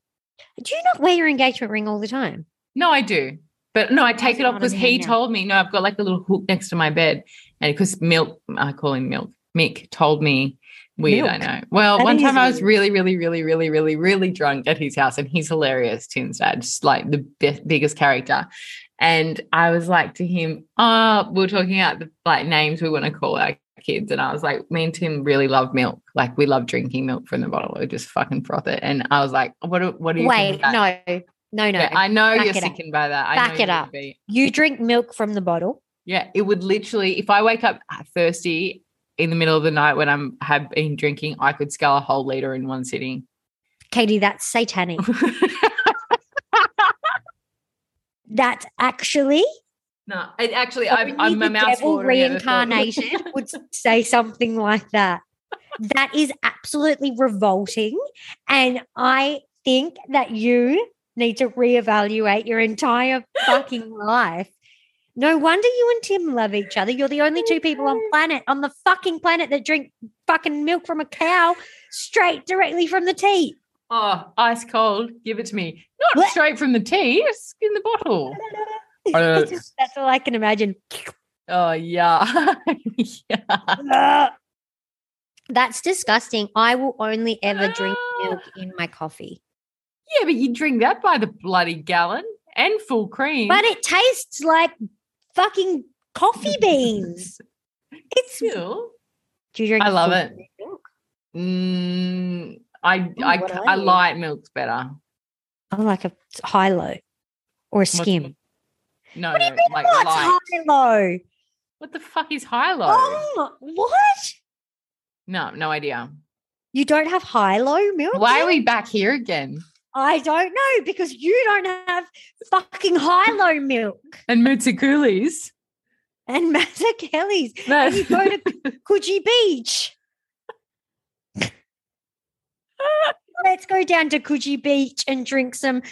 S1: Do you not wear your engagement ring all the time?
S2: No, I do. But no, I take it
S1: That's
S2: off
S1: what I
S2: because he
S1: mean, yeah.
S2: told me. No, I've got like a little hook next to my bed. And because Milk, I call him Milk, Mick told me, weird, I
S1: Milk.
S2: know. Well,
S1: That
S2: one time I
S1: is
S2: was really, really, really, really, really, really drunk at his house. And he's hilarious, Tim's dad, just like the be- biggest character. And I was like to him, oh, we are talking about the like names we want to call our kids. And I was like, me and Tim really love milk. Like we love drinking milk from the bottle. We just fucking froth it. And I was like, what do, what do you think
S1: Wait,
S2: about-
S1: no, no, no.
S2: Yeah, I know
S1: Back
S2: you're
S1: it up.
S2: sickened by that. I know
S1: Back it
S2: you would
S1: up.
S2: be.
S1: you drink milk from the bottle.
S2: Yeah, it would literally. If I wake up thirsty in the middle of the night when I'm have been drinking, I could scull a whole liter in one sitting. <laughs>
S1: Katie, that's satanic. that's actually
S2: no, it actually,
S1: Only
S2: I'm, I'm
S1: the
S2: a mouse.
S1: devil reincarnation would say something like that. That is absolutely revolting. And I think that you need to reevaluate your entire fucking life. No wonder you and Tim love each other. You're the only two people
S2: <laughs>
S1: on planet, on the fucking planet that drink fucking milk from a cow straight directly from the teat.
S2: <laughs> Oh, ice cold. Give it to me. Not
S1: What?
S2: straight from the tea, it's in the bottle.
S1: That's <laughs> that's all I can imagine.
S2: Oh, yeah. <laughs> yeah.
S1: Ugh. That's disgusting. I will only ever drink
S2: Ah.
S1: milk in my coffee.
S2: Yeah, but you drink that by the bloody gallon and full cream.
S1: But it tastes like fucking
S2: <laughs>
S1: coffee beans. It's
S2: Still.
S1: do you drink
S2: I love
S1: full
S2: it.
S1: cream milk?
S2: Mm, I I,
S1: what
S2: c-
S1: are
S2: I
S1: you?
S2: light milk's better.
S1: I like a high low or a
S2: What's-
S1: skim.
S2: No,
S1: What do you
S2: no,
S1: mean
S2: like
S1: What's
S2: light.
S1: high low?
S2: What the fuck is high low?
S1: Oh, what?
S2: No, no idea.
S1: You don't have high low milk?
S2: Why are
S1: yet?
S2: we back here again?
S1: I don't know because you don't have fucking high low milk <laughs>
S2: And Mutsukulis.
S1: and Mata <laughs> Kelly's.
S2: No.
S1: You go to Coogee Beach. Let's go down to Coogee Beach and drink some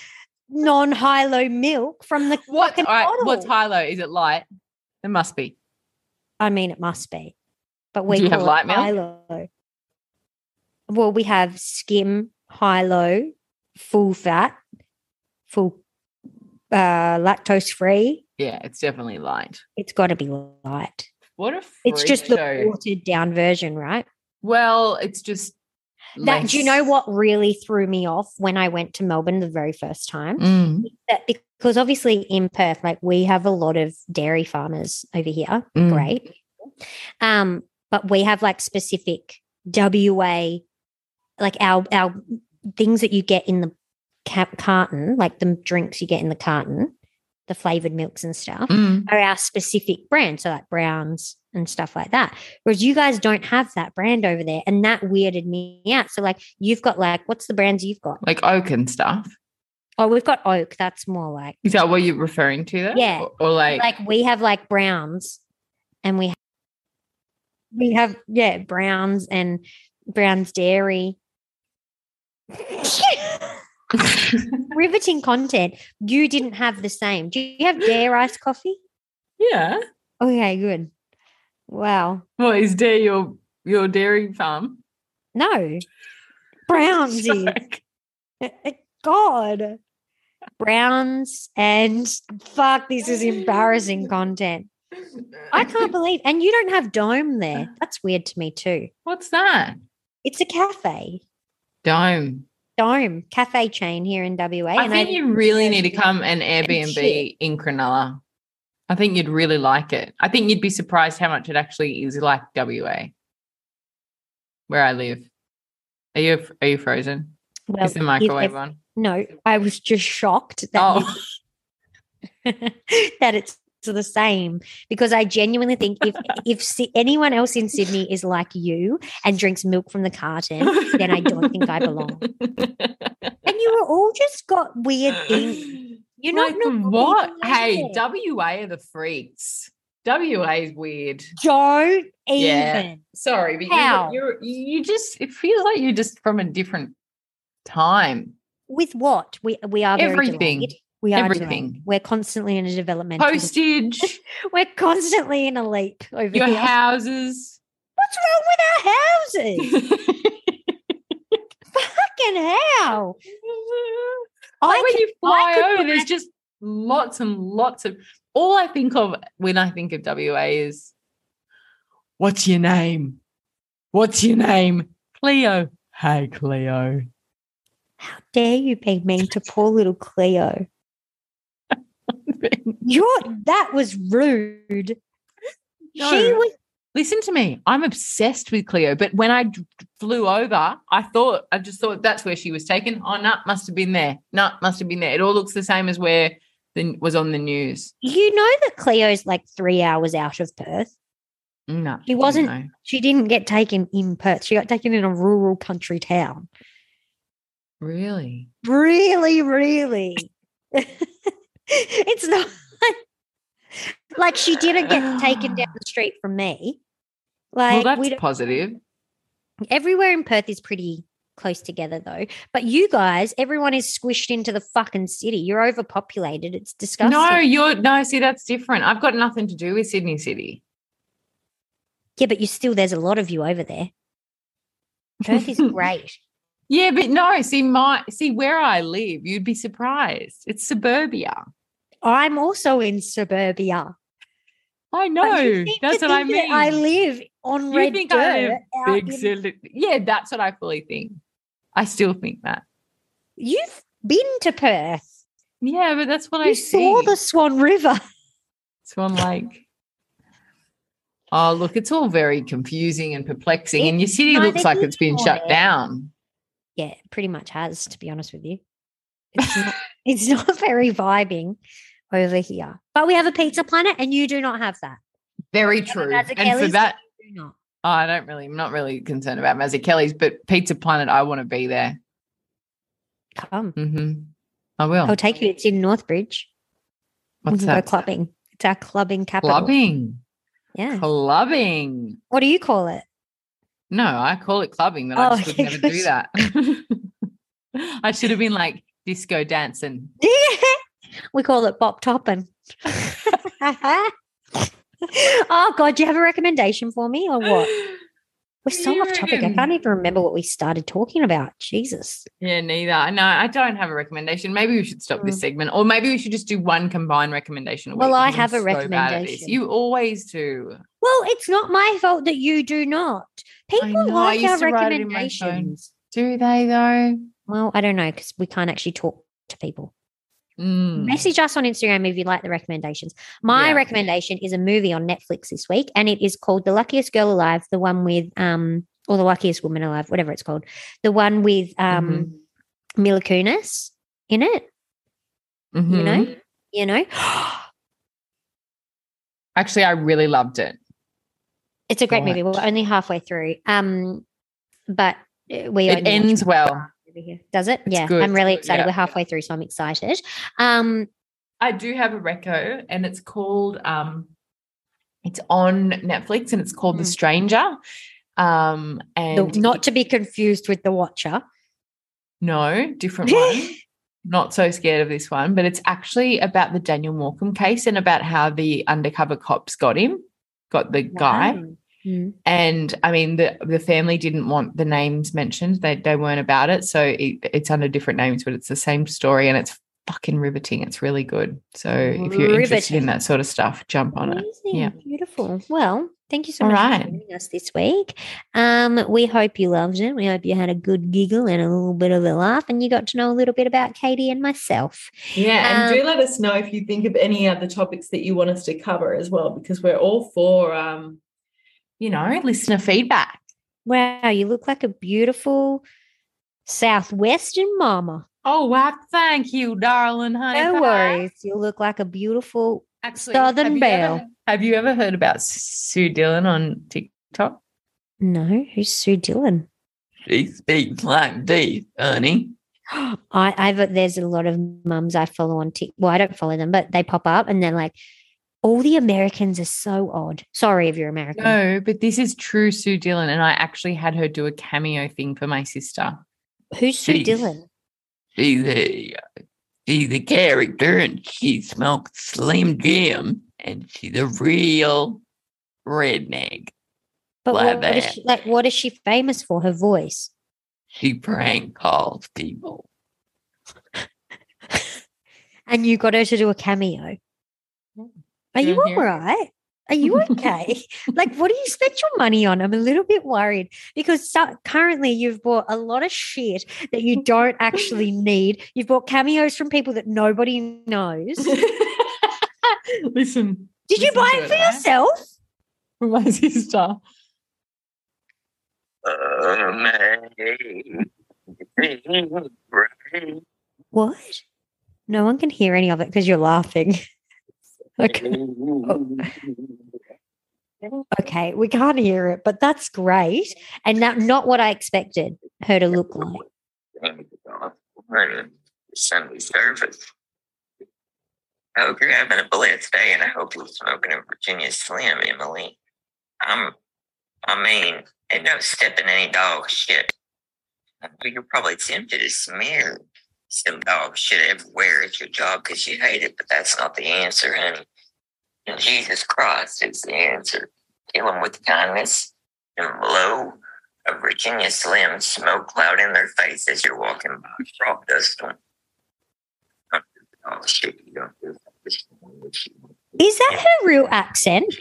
S1: non-high-low milk from the
S2: <laughs> what? All
S1: fucking
S2: right,
S1: bottle.
S2: what's high low? Is it light? It must be.
S1: I mean, it must be, but we
S2: Do you have
S1: call
S2: light
S1: it
S2: milk?
S1: high-low. Well, we have skim, high-low, full fat, full uh, lactose-free.
S2: Yeah, it's definitely light.
S1: It's got to be light.
S2: What a
S1: It's
S2: freak
S1: just the
S2: show.
S1: watered down version, right?
S2: well, it's just
S1: That, do you know
S2: less-
S1: what really threw me off when I went to Melbourne the very first time?
S2: Mm,
S1: That because obviously in Perth, like we have a lot of dairy farmers over here.
S2: mm.
S1: Great. Um, but we have like specific WA, like our our things that you get in the ca- carton, like the drinks you get in the carton, the flavored milks and stuff
S2: Mm.
S1: are our specific brand. So like Browns and stuff like that. Whereas you guys don't have that brand over there. And that weirded me out. So like you've got like, what's the brands you've got?
S2: Like oak and stuff.
S1: Oh, we've got Oak. That's more like,
S2: Is that what you're referring to there?
S1: Yeah.
S2: Or, or like,
S1: like we have like Browns and we have, we have, yeah, Browns and Browns Dairy. <laughs> Riveting content. You didn't have the same. Do you have dare iced coffee?
S2: <laughs> yeah.
S1: Okay, Oh, good. Wow.
S2: What is dare your your dairy farm?
S1: <laughs> No. Browns.
S2: <laughs>
S1: is. eh,
S2: Joke.
S1: God. Browns and fuck, this is <laughs> embarrassing content. <laughs> I can't believe. And you don't have Dome <laughs> there. That's weird to me too.
S2: What's that?
S1: It's a cafe,
S2: Dome.
S1: Dome cafe chain here in WA.
S2: I
S1: and
S2: think you really
S1: Yeah,
S2: need to
S1: yeah.
S2: come and Airbnb
S1: shit.
S2: in Cronulla. I think you'd really like it. I think you'd be surprised how much it actually is like WA, where I live. Are you are you frozen?
S1: well,
S2: is the
S1: if
S2: microwave
S1: ev-
S2: on?
S1: No, I was just shocked that you
S2: Oh,
S1: <laughs> that it's the same because I genuinely think <laughs> if if si- anyone else in Sydney is like you and drinks milk from the carton,
S2: Oh.
S1: then I
S2: <laughs>
S1: don't think I belong. and you were all just got
S2: <gasps>
S1: weird things. You're
S2: like
S1: not normal
S2: what?
S1: people over
S2: Hey,
S1: there.
S2: WA are the freaks. WA is weird.
S1: don't even.
S2: Yeah. Sorry, but
S1: How?
S2: you're, you're you just it feels like you're just from a different time.
S1: With what we we are
S2: Everything.
S1: Very delayed. we are delayed.
S2: Everything.
S1: We're constantly in a developmental. <laughs>
S2: Postage,
S1: We're constantly in a leap over
S2: your
S1: here.
S2: houses. <laughs>
S1: What's wrong with our houses? Fucking hell!
S2: Like when you
S1: could- I
S2: fly
S1: could
S2: over,
S1: go
S2: there's
S1: back-
S2: just lots and lots of. All I think of when I think of WA is, what's your name? What's your name? Cleo. Hey, Cleo. <laughs>
S1: How dare you be mean to poor little Cleo?
S2: husband.
S1: You're that was rude.
S2: No.
S1: She was
S2: Listen to me. I'm obsessed with Cleo, but when I d- flew over, I thought I just thought that's where she was taken. Oh no, must have been there. No, must have been there. It all looks the same as where the, was on the news.
S1: you know that Cleo's like three hours out of Perth.
S2: No,
S1: He wasn't-
S2: no.
S1: She didn't get taken in Perth. She got taken in a rural country town.
S2: really.
S1: Really, really. <laughs> it's not <laughs> like she didn't get taken down the street from me.
S2: Well,
S1: Like we
S2: that's
S1: don't,
S2: positive.
S1: everywhere in Perth is pretty close together though. But you guys, everyone is squished into the fucking city. You're overpopulated. It's disgusting.
S2: No, you're no. See, that's different. I've got nothing to do with Sydney City.
S1: Yeah, but you still there's a lot of you over there. Perth
S2: <laughs>
S1: is great.
S2: Yeah, but no. See, my see where I live, you'd be surprised. It's suburbia.
S1: I'm also in suburbia.
S2: I
S1: but
S2: know.
S1: you seem
S2: That's
S1: to
S2: what I
S1: think that
S2: mean.
S1: I live on
S2: You
S1: red
S2: think
S1: dirt.
S2: I live
S1: out
S2: Big
S1: in-
S2: city. Yeah, that's what I fully think. I still think that.
S1: You've been to Perth.
S2: Yeah, but that's what I
S1: You saw
S2: see.
S1: the Swan River. <laughs>
S2: So I'm like, oh look, it's all very confusing and perplexing,
S1: It-
S2: and your city
S1: no,
S2: looks
S1: they
S2: like
S1: did
S2: it's been
S1: show
S2: shut
S1: it.
S2: down.
S1: Yeah, it pretty much has, to be honest with you.
S2: <laughs>
S1: It's not, it's not <laughs> very vibing over here. But we have a
S2: Mm.
S1: pizza planet and you do not have that.
S2: Very
S1: but
S2: true.
S1: that's a
S2: And for
S1: Kelly's-
S2: that,
S1: You do not.
S2: Oh, I don't really, I'm not really concerned about Mazzucchelli's, but Pizza Planet, I want to be there.
S1: Come.
S2: hmm I will.
S1: I'll take you. It's in Northbridge.
S2: What's
S1: we can
S2: that?
S1: go clubbing. It's our clubbing capital.
S2: Clubbing.
S1: Yeah.
S2: Clubbing.
S1: What do you call it?
S2: No, I call it clubbing, but
S1: Oh, <laughs>
S2: I just
S1: okay,
S2: would never do
S1: good.
S2: that. <laughs> I should have been like disco dancing.
S1: <laughs> we call it bop
S2: <laughs>
S1: topping. oh God, do you have a recommendation for me or what?
S2: <laughs>
S1: We're so
S2: You
S1: off topic. I
S2: reckon?
S1: can't even remember what we started talking about. Jesus.
S2: Yeah, neither. No, I don't have a recommendation. Maybe we should stop this segment, or maybe we should just do one combined recommendation. A week
S1: Mm. Well, I
S2: because I'm
S1: have a
S2: so bad at this.
S1: recommendation.
S2: You always do.
S1: Well, it's not my fault that you do not. People
S2: know, I
S1: like our
S2: used to write it in my phone.
S1: recommendations.
S2: Do they though?
S1: Well, I don't know because we can't actually talk to people.
S2: Mm.
S1: Message us on Instagram if you like the recommendations. My
S2: Yeah.
S1: recommendation is a movie on Netflix this week, and it is called The Luckiest Girl Alive, the one with um or the luckiest woman alive, whatever it's called. The one with um
S2: Mm-hmm.
S1: Mila Kunis in it,
S2: Mhm.
S1: you
S2: Mhm.
S1: know? You
S2: <gasps>
S1: know?
S2: Actually, I really loved it.
S1: It's a great movie.
S2: Right.
S1: We're only halfway through. Um but uh, we
S2: It
S1: only watch
S2: ends well.
S1: over here. Does it?
S2: It's
S1: yeah.
S2: good.
S1: I'm really
S2: It's good.
S1: excited.
S2: Yeah.
S1: We're halfway through, so I'm excited. Um
S2: I do have a reco, and it's called um, it's on Netflix, and it's called The
S1: Mm.
S2: Stranger. Um,
S1: the-
S2: and
S1: not to be confused with The Watcher.
S2: No, different one.
S1: <laughs>
S2: Not so scared of this one, but it's actually about the Daniel Morecambe case and about how the undercover cops got him, got the guy.
S1: Wow. Mm.
S2: And I mean, the the family didn't want the names mentioned; they they weren't about it, so it, it's under different names, but it's the same story, and it's fucking riveting. It's really good. So if you're interested
S1: Riveting.
S2: in that sort of stuff, jump on it.
S1: Amazing.
S2: Yeah.
S1: Beautiful. Well, thank you so
S2: All
S1: much
S2: right.
S1: for joining us this week. Um, we hope you loved it. We hope you had a good giggle and a little bit of a laugh, and you got to know a little bit about Katie and myself.
S4: Yeah, and
S1: Um,
S4: do let us know if you think of any other topics that you want us to cover as well, because we're all for um,
S2: You know, listener feedback.
S1: Wow, you look like a beautiful southwestern mama.
S2: Oh wow! Thank you, darling, honey.
S1: No
S2: pie.
S1: worries. You look like a beautiful.
S2: Actually,
S1: Southern
S2: have you
S1: Belle.
S2: ever- have you ever heard about Sue Dillon on TikTok?
S1: No, who's Sue Dillon? <gasps>
S2: She speaks like this, Ernie.
S1: I, I've there's a lot of mums I follow on TikTok. Well, I don't follow them, but they pop up and they're like, all the Americans are so odd. Sorry if you're American.
S2: No, but this is true Sue Dillon, and I actually had her do a cameo thing for my
S1: <laughs>
S2: sister.
S1: Who's Sue
S5: Jeez.
S1: Dillon?
S5: She's a she's a character and she smokes Slim Jim and she's a real redneck.
S1: But
S5: Why
S1: what, what is
S5: that?
S1: she, like, what is she famous for? Her voice.
S5: She prank calls people.
S1: And you got her to do a cameo.
S2: Yeah.
S1: Are you
S2: Mhm.
S1: all right? Are you
S2: <laughs>
S1: okay? like, what do you spend your money on? I'm a little bit worried because so- currently you've bought a lot of shit that you
S2: <laughs>
S1: don't actually need. You've bought cameos from people that nobody knows.
S4: Listen
S1: Did you
S2: Listen
S1: buy
S2: to
S1: it
S2: it,
S1: for
S2: right?
S1: yourself?
S4: from my sister.
S1: What? No one can hear any of it because you're laughing. <laughs>
S2: <laughs>
S1: okay. okay, we can't hear it, but that's great. And that not what I expected her to look like.
S5: Sunday service. I hope you're having a blessed day, and I hope you're smoking a Virginia Slim, Emily. I'm, I mean, and no stepping any dog shit. I know You're probably tempted to smear some dog shit everywhere at your job because you hate it, but that's not the answer, honey. And Jesus Christ is the answer. Kill 'em with kindness and blow a Virginia Slim smoke cloud in their face as you're walking by. Frog dust on. Oh shit! You don't do that.
S1: Is that her real accent?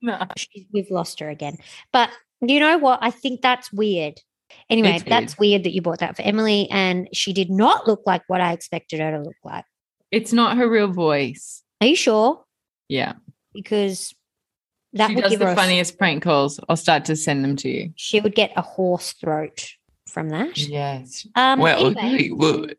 S4: No.
S1: She's- We've lost her again. But you know what? I think that's weird. Anyway,
S2: It's weird.
S1: that's weird that you bought that for Emily, and she did not look like what I expected her to look like.
S2: It's not her real voice.
S1: Are you sure?
S2: Yeah.
S1: Because that
S2: she
S1: would
S2: does
S1: give her
S2: the
S1: a s-
S2: funniest prank calls. I'll start to send them to you.
S1: she would get a hoarse throat from that.
S2: Yes.
S1: Um,
S5: Well,
S1: anyway.
S5: he would.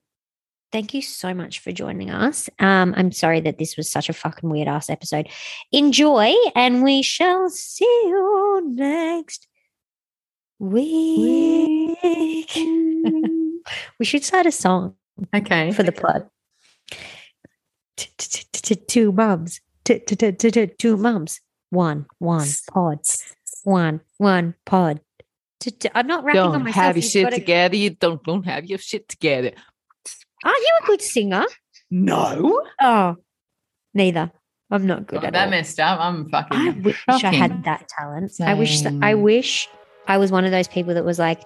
S1: Thank you so much for joining us. Um, I'm sorry that this was such a fucking weird ass episode. Enjoy, and we shall see you next week. <laughs> we should start a song
S4: Okay.
S1: for the pod. Two mums, T- t- t- t- t- two mums, one, one pod, one, one pod. T- t- I'm not rapping on
S2: Don't
S1: myself.
S2: have your
S1: you've
S2: shit
S1: gotta-
S2: together. You don't don't have your shit together.
S1: Aren't you a good singer?
S2: No.
S1: Oh, neither. I'm not good at
S2: that
S1: all.
S2: messed up. I'm fucking.
S1: I wish I
S2: shocking.
S1: had that talent. I wish that, I
S2: Same.
S1: wish I was one of those people that was like,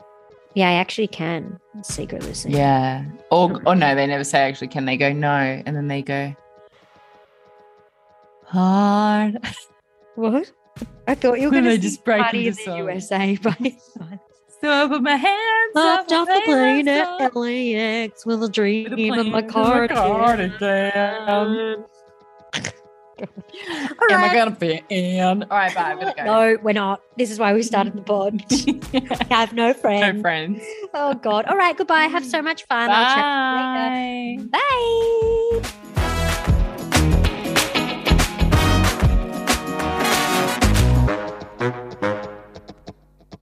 S1: yeah, I actually can secretly sing.
S2: Yeah. Or or no, they never say actually can they go no and then they go hard. <laughs>
S1: What? I thought you were
S2: Then
S1: going to
S2: they just break
S1: Party in
S2: into
S1: the
S2: song.
S1: USA
S2: <laughs>
S1: by
S2: So I put my hands
S1: Hopped off the plane
S2: up.
S1: at LAX with a dream
S2: With a
S1: in my
S2: plane in my
S1: car.
S2: cardigan.
S1: All
S2: Am I
S1: right.
S2: gonna fit in? All right, bye. I'm gonna go.
S1: No, we're not. This is why we started the
S2: <laughs>
S1: pod. I have no friends.
S2: no friends.
S1: Oh, God. All right. Goodbye. Have so much fun. I'll chat to you later.
S2: Bye.
S1: Bye.